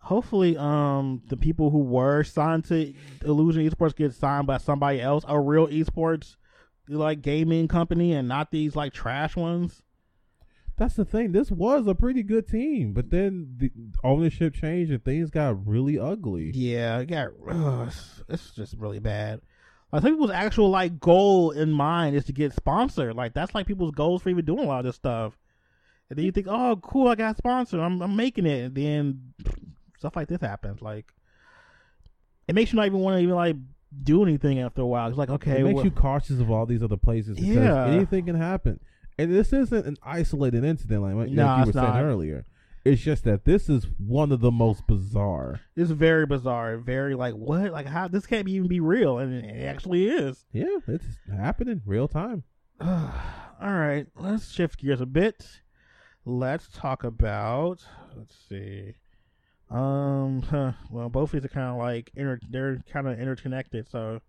Hopefully, um, the people who were signed to Illusion Esports get signed by somebody else, a real esports like gaming company, and not these like trash ones. That's the thing. This was a pretty good team, but then the ownership changed and things got really ugly. Yeah, it got ugh, it's, it's just really bad. I think people's actual like goal in mind is to get sponsored. Like that's like people's goals for even doing a lot of this stuff. And then you think, oh, cool, I got sponsored. I'm, I'm making it. And then stuff like this happens. Like it makes you not even want to even like do anything after a while. It's like okay, it makes well- you cautious of all these other places because Yeah. anything can happen. And this isn't an isolated incident like, like Nah, you it's were saying not. earlier. It's just that this is one of the most bizarre. it's very bizarre. Very like what? Like how this can't be- even be real, and it actually is. Yeah, it's happening real time. All right, let's shift gears a bit. Let's talk about. Let's see. Um. huh, well, both of these are kind of like inter- they're kind of interconnected. So,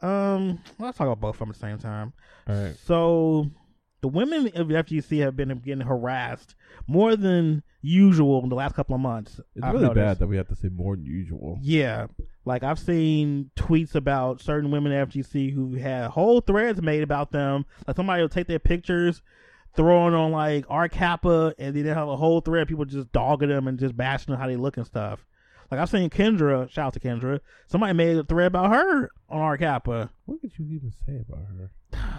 um, let's talk about both of them at the same time. All right. So, the women of the FGC have been getting harassed more than usual in the last couple of months. It's I've really noticed. bad that we have to say more than usual. Yeah. Like I've seen tweets about certain women at FGC who had whole threads made about them. Like somebody will take their pictures, throwing on like R Kappa, and then they have a whole thread of people just dogging them and just bashing them how they look and stuff. Like I've seen Kendra, shout out to Kendra, somebody made a thread about her on R Kappa. What could you even say about her?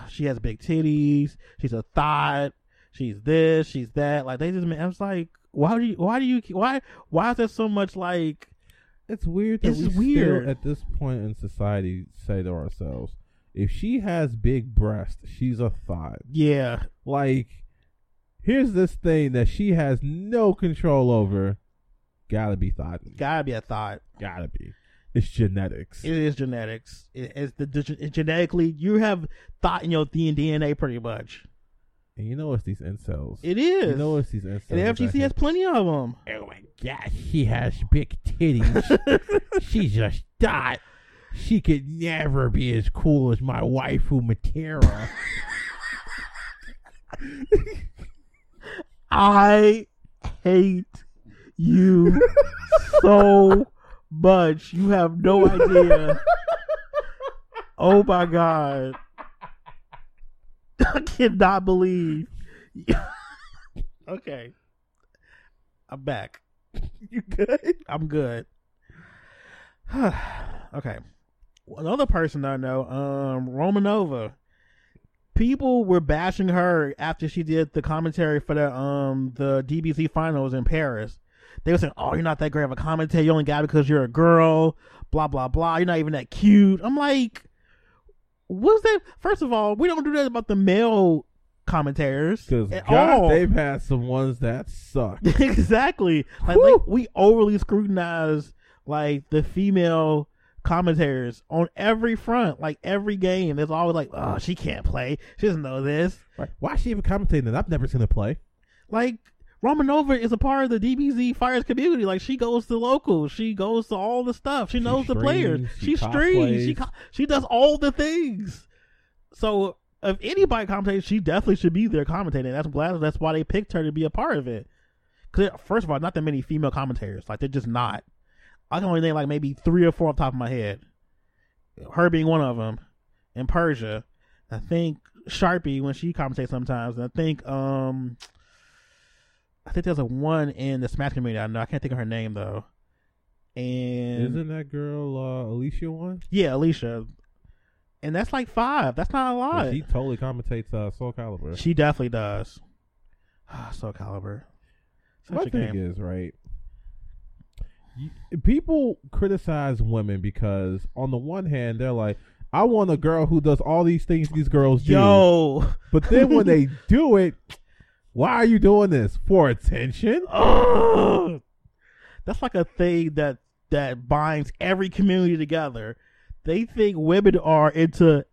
She has big titties. She's a thought. She's this. She's that. Like they just, I was like, why do you, why do you, why, why is there so much like, It's weird that It's we weird. still, at this point in society, say to ourselves, if she has big breasts, she's a thought. yeah, Like, here's this thing that she has no control over. Gotta be thought. gotta be a thought. Gotta be. It's genetics. It is genetics. It is the, the it's genetically you have thought in your D- DNA pretty much. and you know it's these incels. It is. You know it's these incels. and the that FGC has plenty of them. Oh my gosh, she has big titties. She's a dot. She could never be as cool as my waifu Matera. I hate you so much. You have no idea. oh my god. I cannot believe. okay. I'm back. You good? I'm good. okay. Another person I know, um, Romanova people were bashing her after she did the commentary for the um the DBC finals in Paris. They were saying, "Oh, you're not that great of a commentator. You only got it because you're a girl." Blah blah blah. You're not even that cute. I'm like, what's that? First of all, we don't do that about the male commentators Because at God, all. they've had some ones that suck. exactly. Like, Whew. like we overly scrutinize like the female commentators on every front, like every game. There's always like, oh, she can't play. She doesn't know this. Like, why is she even commentating that? I've never seen her play. Like Romanova is a part of the DBZ Fires community. Like she goes to locals, she goes to all the stuff. She, knows the players. streams, She, she streams. She cosplays. co- she does all the things. So if anybody commentates, she definitely should be there commentating. That's glad. That's why they picked her to be a part of it. Cause first of all, not that many female commentators. Like they're just not. I can only name like maybe three or four off the top of my head. Her being one of them, and Persia. I think Sharpie when she commentates sometimes, and I think um, I think there's a one in the Smash community. I know I can't think of her name though. And Isn't that girl uh, Alicia one? yeah, Alicia, and that's like five. That's not a lot. Yeah, she totally commentates uh, Soul Calibur. She definitely does. Ah, Soul Calibur. Such My a thing game. is right. you- People criticize women because, on the one hand, they're like, "I want a girl who does all these things these girls Yo. do," but then when they do it, why are you doing this for attention? Ugh. That's like a thing that that binds every community together. They think women are into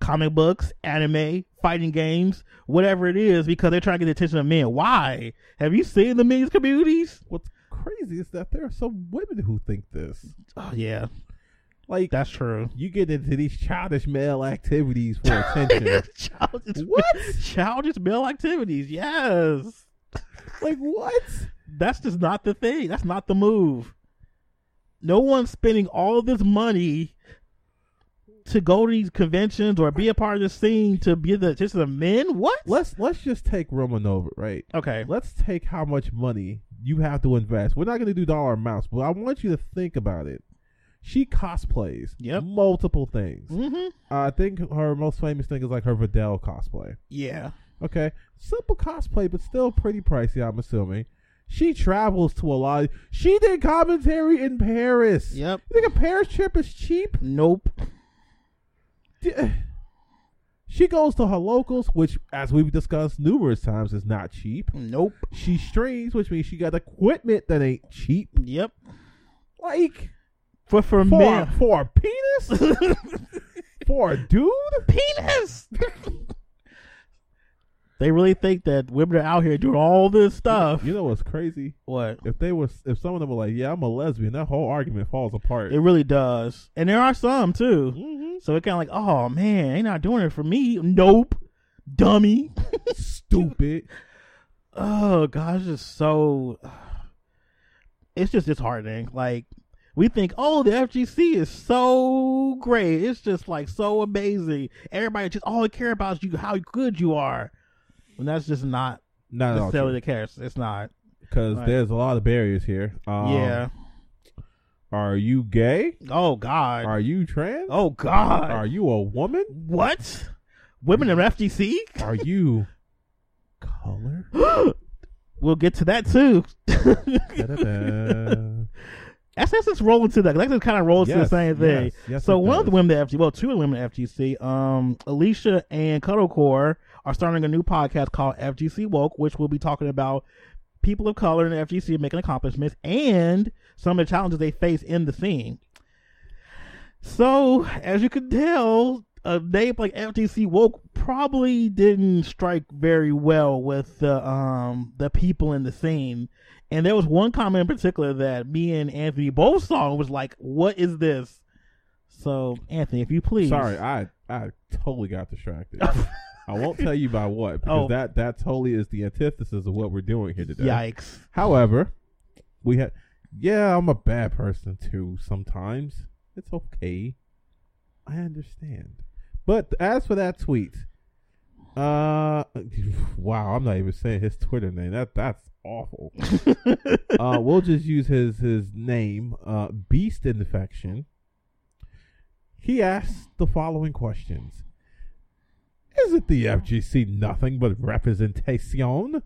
comic books, anime, fighting games, whatever it is, because they're trying to get the attention of men. Why? Have you seen the men's communities? What's crazy is that there are some women who think this. Oh yeah, Like that's true. you get into these childish male activities for attention. childish, What? Childish male activities. Yes. like what? that's just not the thing. That's not the move. No one's spending all this money to go to these conventions or be a part of the scene to be the just the men. What? Let's let's just take Roman over, right? Okay. let's take how much money you have to invest. We're not going to do dollar amounts, but I want you to think about it. She cosplays Yep. multiple things. Mm-hmm. I think her most famous thing is like her Videl cosplay. Yeah. Okay, simple cosplay, but still pretty pricey. I'm assuming. She travels to a lot. She did commentary in Paris. Yep. You think a Paris trip is cheap? Nope. D- eh. She goes to her locals, which, as we've discussed numerous times, is not cheap. Nope. She streams, which means she got equipment that ain't cheap. Yep. Like For for, for men. for a penis? for a dude? penis. they really think that women are out here doing all this stuff. You know what's crazy? What? If they were, if some of them were like, "Yeah, I'm a lesbian," that whole argument falls apart. It really does, and there are some too. Mhm. So it kind of like, oh man, they not doing it for me. Nope, dummy. Stupid. oh gosh, it's just so. It's just disheartening. Like we think, oh, the FGC is so great. It's just like so amazing. Everybody just all they care about is you, how good you are, and that's just not Not at necessarily all. the case. It's not. Because Right. there's a lot of barriers here. Um, yeah. Are you gay? Oh god. Are you trans? Oh god. Are you a woman? what? Women in FGC? Are you color? we'll get to that too. Da-da-da. That's that's just rolling to that. That's just kind of rolls to the Yes, same thing. yes, yes, so it one of the does. women at FGC, well, two of the women at FGC, um, Alicia and Cuddlecore are starting a new podcast called FGC Woke, which will be talking about people of color in the FGC making accomplishments and some of the challenges they face in the scene. So as you can tell, a name like FGC Woke probably didn't strike very well with the um the people in the scene. And there was one comment in particular that me and Anthony both saw and was like, "What is this?" So Anthony, if you please, Sorry, I I totally got distracted. I won't tell you by what because Oh. that that totally is the antithesis of what we're doing here today. yikes, However, we had yeah, I'm a bad person too sometimes. It's okay. I understand. But as for that tweet, uh wow, I'm not even saying his Twitter name. That that's awful. uh we'll just use his his name, uh Beast Infection. He asked the following questions. Isn't the FGC nothing but representation?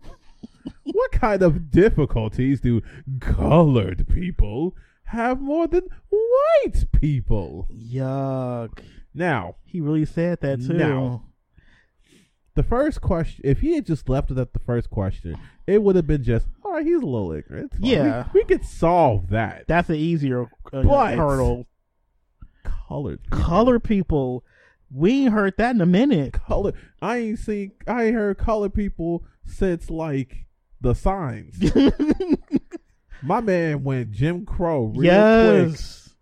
What kind of difficulties do colored people have more than white people? yuck. Now, He really said that too. No. the first question, if he had just left it at the first question, it would have been just, all right, he's a little ignorant. It's fine. Yeah. We, we could solve that. That's an easier uh, But- hurdle. colored. people. Color people, we ain't heard that in a minute. Color. I ain't seen, I ain't heard colored people since like the signs. My man went Jim Crow real quick. yes.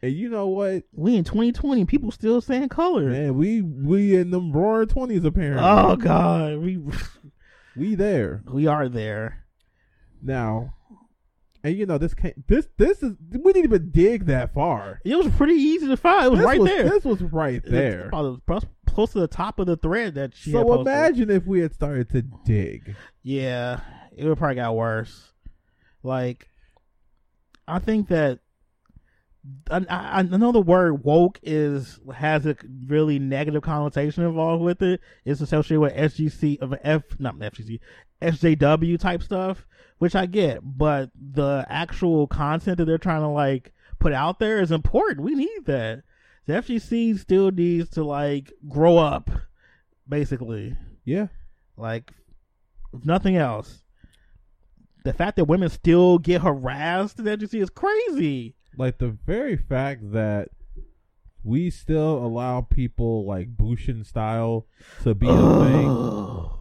And you know what? We in 2020, people still saying color. Man, we we in them roaring twenties apparently. Oh God, we we there. we are there. Now, And you know this can't. This this is we didn't even dig that far. It was pretty easy to find. It was this right was, there. This was right there. It's probably pros- close to the top of the thread that she had so posted. imagine if we had started to dig. Yeah, it would probably got worse. Like, I think that I, I I know the word woke is has a really negative connotation involved with it. It's associated with SGC of F not FGC SJW type stuff, which I get. But the actual content that they're trying to like put out there is important. We need that. The FGC still needs to like grow up, basically. Yeah, Like, if nothing else, the fact that women still get harassed in the agency is crazy. like the very fact that we still allow people like Bushin style to be a thing Ugh.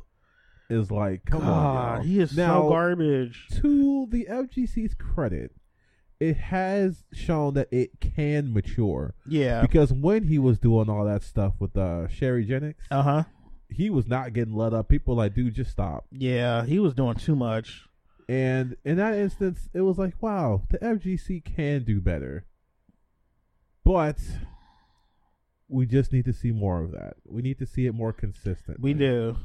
is like come on. God, y'all. he is so Now, garbage. to the FGC's credit, it has shown that it can mature Yeah. because when he was doing all that stuff with uh, Sherry Jennings, Uh huh. he was not getting let up. People were like, dude, just stop. Yeah, he was doing too much. And in that instance, it was like, wow, the FGC can do better, but we just need to see more of that. We need to see it more consistent. We do.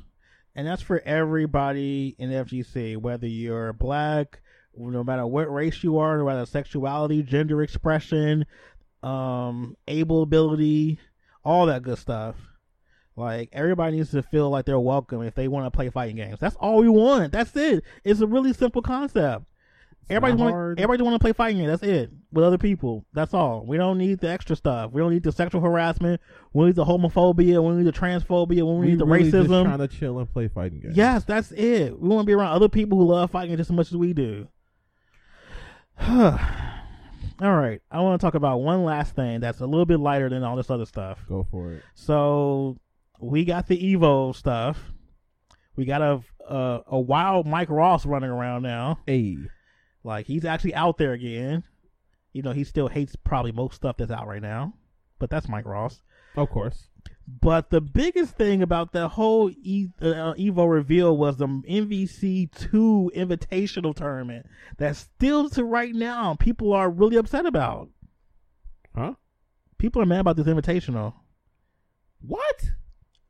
And that's for everybody in the FGC, whether you're black, no matter what race you are, no matter sexuality, gender expression, um, able ability, all that good stuff. Like everybody needs to feel like they're welcome if they want to play fighting games. That's all we want. That's it. It's a really simple concept. Everybody not want hard. everybody want to play fighting game. That's it with other people. That's all. We don't need the extra stuff. We don't need the sexual harassment. We don't need the homophobia. We don't need the transphobia. We don't We need the really just racism. trying to chill and play fighting games. Yes, that's it. We want to be around other people who love fighting just as much as we do. All right, I want to talk about one last thing that's a little bit lighter than all this other stuff. go for it. So we got the Evo stuff. We got a a, a wild Mike Ross running around now. A. Like he's actually out there again. You know, he still hates probably most stuff that's out right now, but that's Mike Ross. Of course. But the biggest thing about the whole e- uh, Evo reveal was the MVC two invitational tournament that still to right now people are really upset about. Huh? People are mad about this invitational. Oh, What?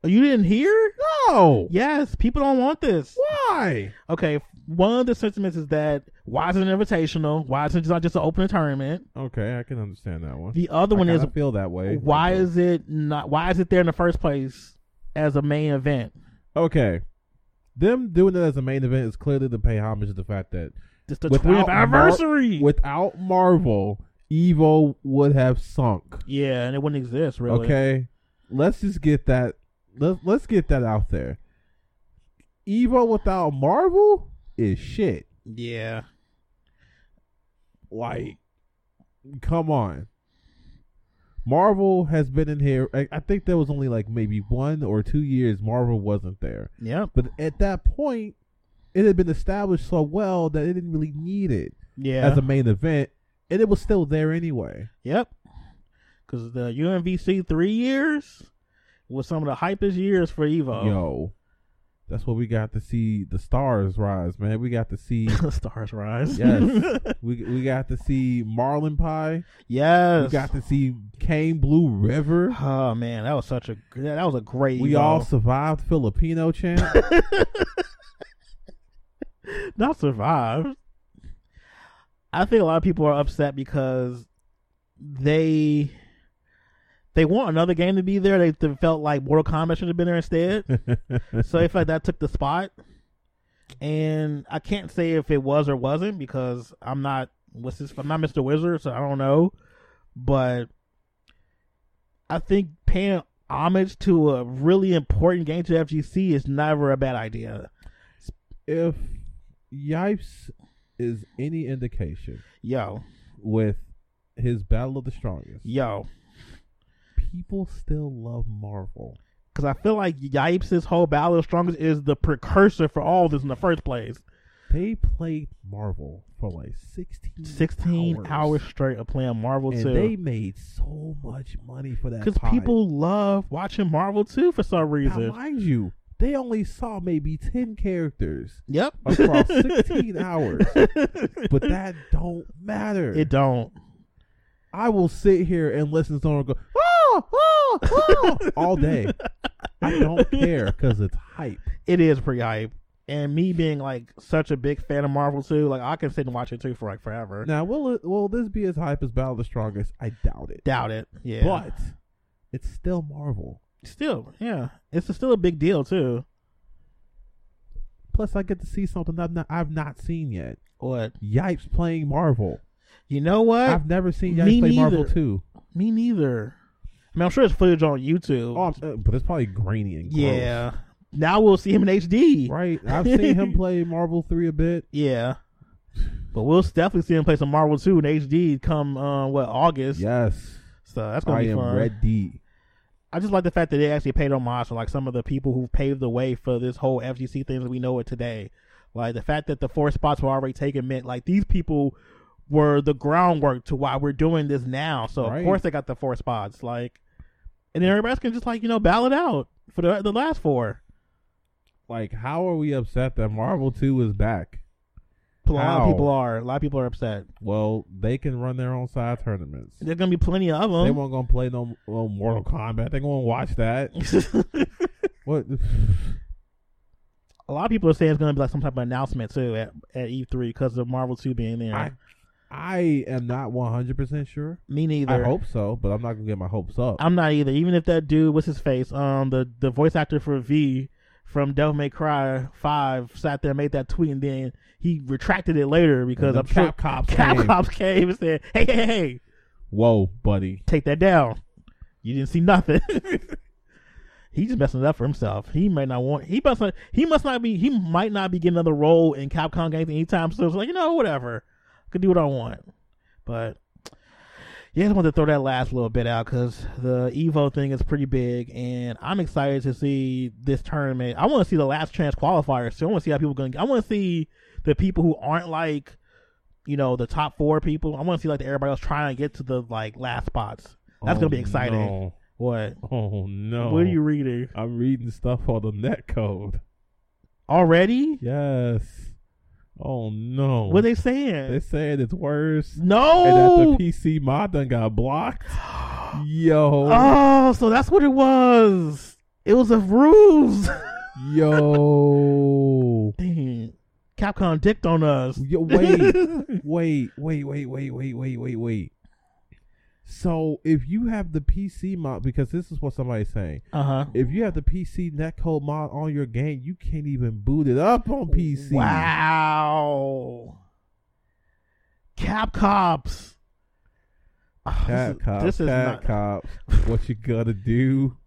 You didn't hear? No. Yes, people don't want this. Why? Okay, one of the sentiments is that why is it an invitational? Why is it not just an open tournament? Okay, I can understand that one. The other one I is kinda feel that way. why Okay. is it not? Why is it there in the first place as a main event? okay? Them doing it as a main event is clearly to pay homage to the fact that It's the Without 20th Mar- anniversary. without Marvel, Evo would have sunk. Yeah, and it wouldn't exist really. Okay, let's just get that. Let's let's get that out there. Evo without Marvel is shit. Yeah. Like, come on. Marvel has been in here. I, I think there was only like maybe one or two years Marvel wasn't there. Yep. But at that point, it had been established so well that it didn't really need it Yeah. as a main event, and it was still there anyway. yep. Because the UMVC three years was some of the hypest years for Evo. Yo, that's what we got to see the stars rise, man. We got to see Stars rise. Yes. we we got to see Marlin Pie. yes. We got to see Kane Blue River. oh man, that was such a gr- that was a great. We Evo. all survived Filipino champ. not survived. I think a lot of people are upset because they they want another game to be there. They, they felt like Mortal Kombat should have been there instead. so I feel like that took the spot. And I can't say if it was or wasn't because I'm not what's this I'm not Mr. Wizard, so I don't know. But I think paying homage to a really important game to FGC is never a bad idea. if Yipes is any indication Yo, with his Battle of the Strongest, yo. people still love Marvel. Cause I feel like Yipes' whole Battle of the Strongest is the precursor for all this in the first place. They played Marvel for like 16, Sixteen hours, straight of playing Marvel and two. they made so much money for that. because pie. people love watching Marvel 2 for some Now, reason. mind you, They only saw maybe ten characters Yep. across sixteen hours, but that don't matter. it don't. I will sit here and listen to someone go oh, oh, oh, all day. I don't care because it's hype. It is pretty hype. And me being like such a big fan of Marvel too, like I can sit and watch it too for like forever. Now, will it, will this be as hype as Battle of the Strongest? I doubt it. Doubt it. Yeah. But it's still Marvel. still, yeah. It's a- still a big deal too. Plus, I get to see something I've not, I've not seen yet. What? Yipes playing Marvel. You know what? I've never seen Uh, me Yipes play Marvel neither. 2. me neither. I mean, I'm sure it's footage on YouTube. Oh, I'm- uh, but it's probably grainy and gross. yeah. Now we'll see him in HD. Right? I've seen him play Marvel 3 a bit. Yeah. But we'll definitely see him play some Marvel 2 in HD come uh, what August. Yes. So that's gonna I be am fun. Red D. I just like the fact that they actually paid homage to like some of the people who paved the way for this whole FGC thing that we know it today. Like the fact that the four spots were already taken meant like these people were the groundwork to why we're doing this now. So Right. of course they got the four spots. Like, and then everybody else can just like you know battle it out for the the last four. Like, how are we upset that Marvel 2 is back? A lot of How? people are a lot of people are upset. Well, they can run their own side tournaments. There's gonna be plenty of They them. weren't gonna play no, no Mortal Kombat. They gonna watch that. What? a lot of people are saying it's gonna be like some type of announcement too at, at E3 because of Marvel 2 being there. I I am not one hundred percent sure. Me neither. I hope so, but I'm not gonna get my hopes up. I'm not either. Even if that dude, what's his face, um, the the voice actor for V from Devil May Cry Five sat there and made that tweet, and then he retracted it later because the I'm sure Cap Cops Cap came. Cops came and said, "Hey, hey, hey, Whoa, buddy! take that down. You didn't see nothing." He just messing it up for himself. He may not want. He must. Not, he must not be. He might not be getting another role in Capcom games anytime soon. It's like you know, whatever. I could do what I want, but yeah, I just want to throw that last little bit out because the Evo thing is pretty big, and I'm excited to see this tournament. I want to see the last chance qualifiers. So I want to see how people going. I want to see the people who aren't like, you know, the top four people. I want to see like everybody else trying to get to the like last spots. That's Oh, gonna be exciting. no. What? Oh no! What are you reading I'm reading stuff on the net code. already? Yes. Oh no! What they saying? They said it's worse, no. and that the PC mod done got blocked. Yo, oh, so that's what it was. It was a ruse. yo, Dang. Capcom dicked on us. yo! Wait, wait, wait, wait, wait, wait, wait, wait, wait. So if you have the PC mod, because this is what somebody's saying, uh huh. if you have the PC netcode mod on your game, you can't even boot it up on PC. Wow. Cap cops. Oh, Cat cops, this is, this is cat not, cops. What you gotta do?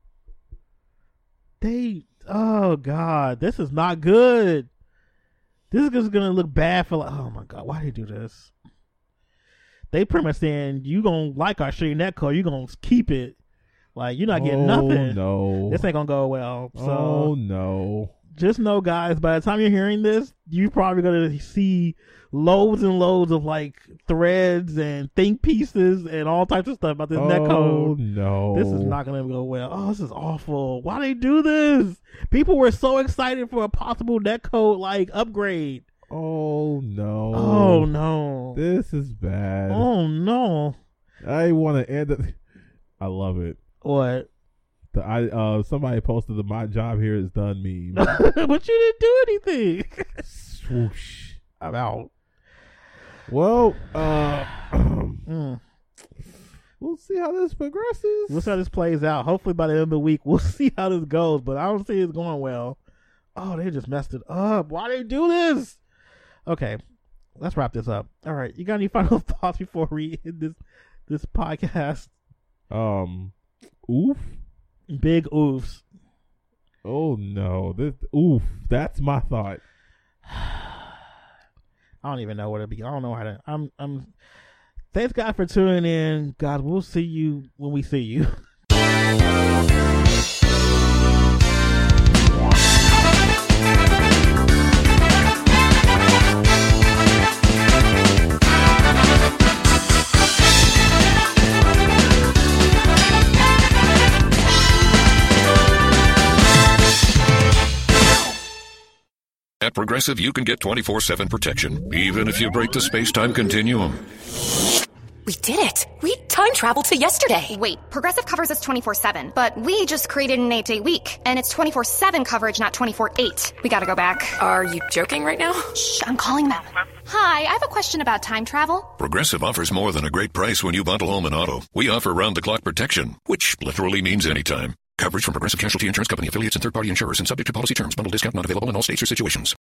they. Oh god, this is not good. This is gonna look bad for like. Oh my god, why did they do this? They pretty much saying you gonna like our shit in that car. You gonna keep it. Like you're not getting oh, nothing. No. This ain't gonna go well. So oh no. just know, guys, by the time you're hearing this, you're probably gonna see loads and loads of like threads and think pieces and all types of stuff about this oh net code. no. This is not gonna go well. Oh, this is awful. Why they do this? People were so excited for a possible net code like upgrade. Oh no. Oh, no. This is bad. Oh no. I want to end it. I love it. What? The, I uh somebody posted the my job here is done meme. but you didn't do anything. Swoosh. I'm out. Well, uh, Mm. we'll see how this progresses. We'll see how this plays out. Hopefully by the end of the week, we'll see how this goes. But I don't see it going well. Oh, they just messed it up. Why they do this? Okay, let's wrap this up. All right, you got any final thoughts before we end this this podcast? um, oof. Big oofs. Oh no, this oof. That's my thought. I don't even know what it'd be. I don't know how to. I'm. I'm. Thanks God for tuning in. God, we'll see you when we see you. At Progressive, you can get 24 7 protection, even if you break the space time continuum. We did it! We time traveled to yesterday! Wait, Progressive covers us 24 7, but we just created an eight day week, and it's 24 7 coverage, not 24 8. We gotta go back. Are you joking right now? Shh, I'm calling them. Hi, I have a question about time travel. Progressive offers more than a great price when you bundle home and auto. We offer round the clock protection, which literally means anytime. Coverage from Progressive Casualty Insurance Company affiliates and third party insurers and subject to policy terms. Bundle discount not available in all states or situations.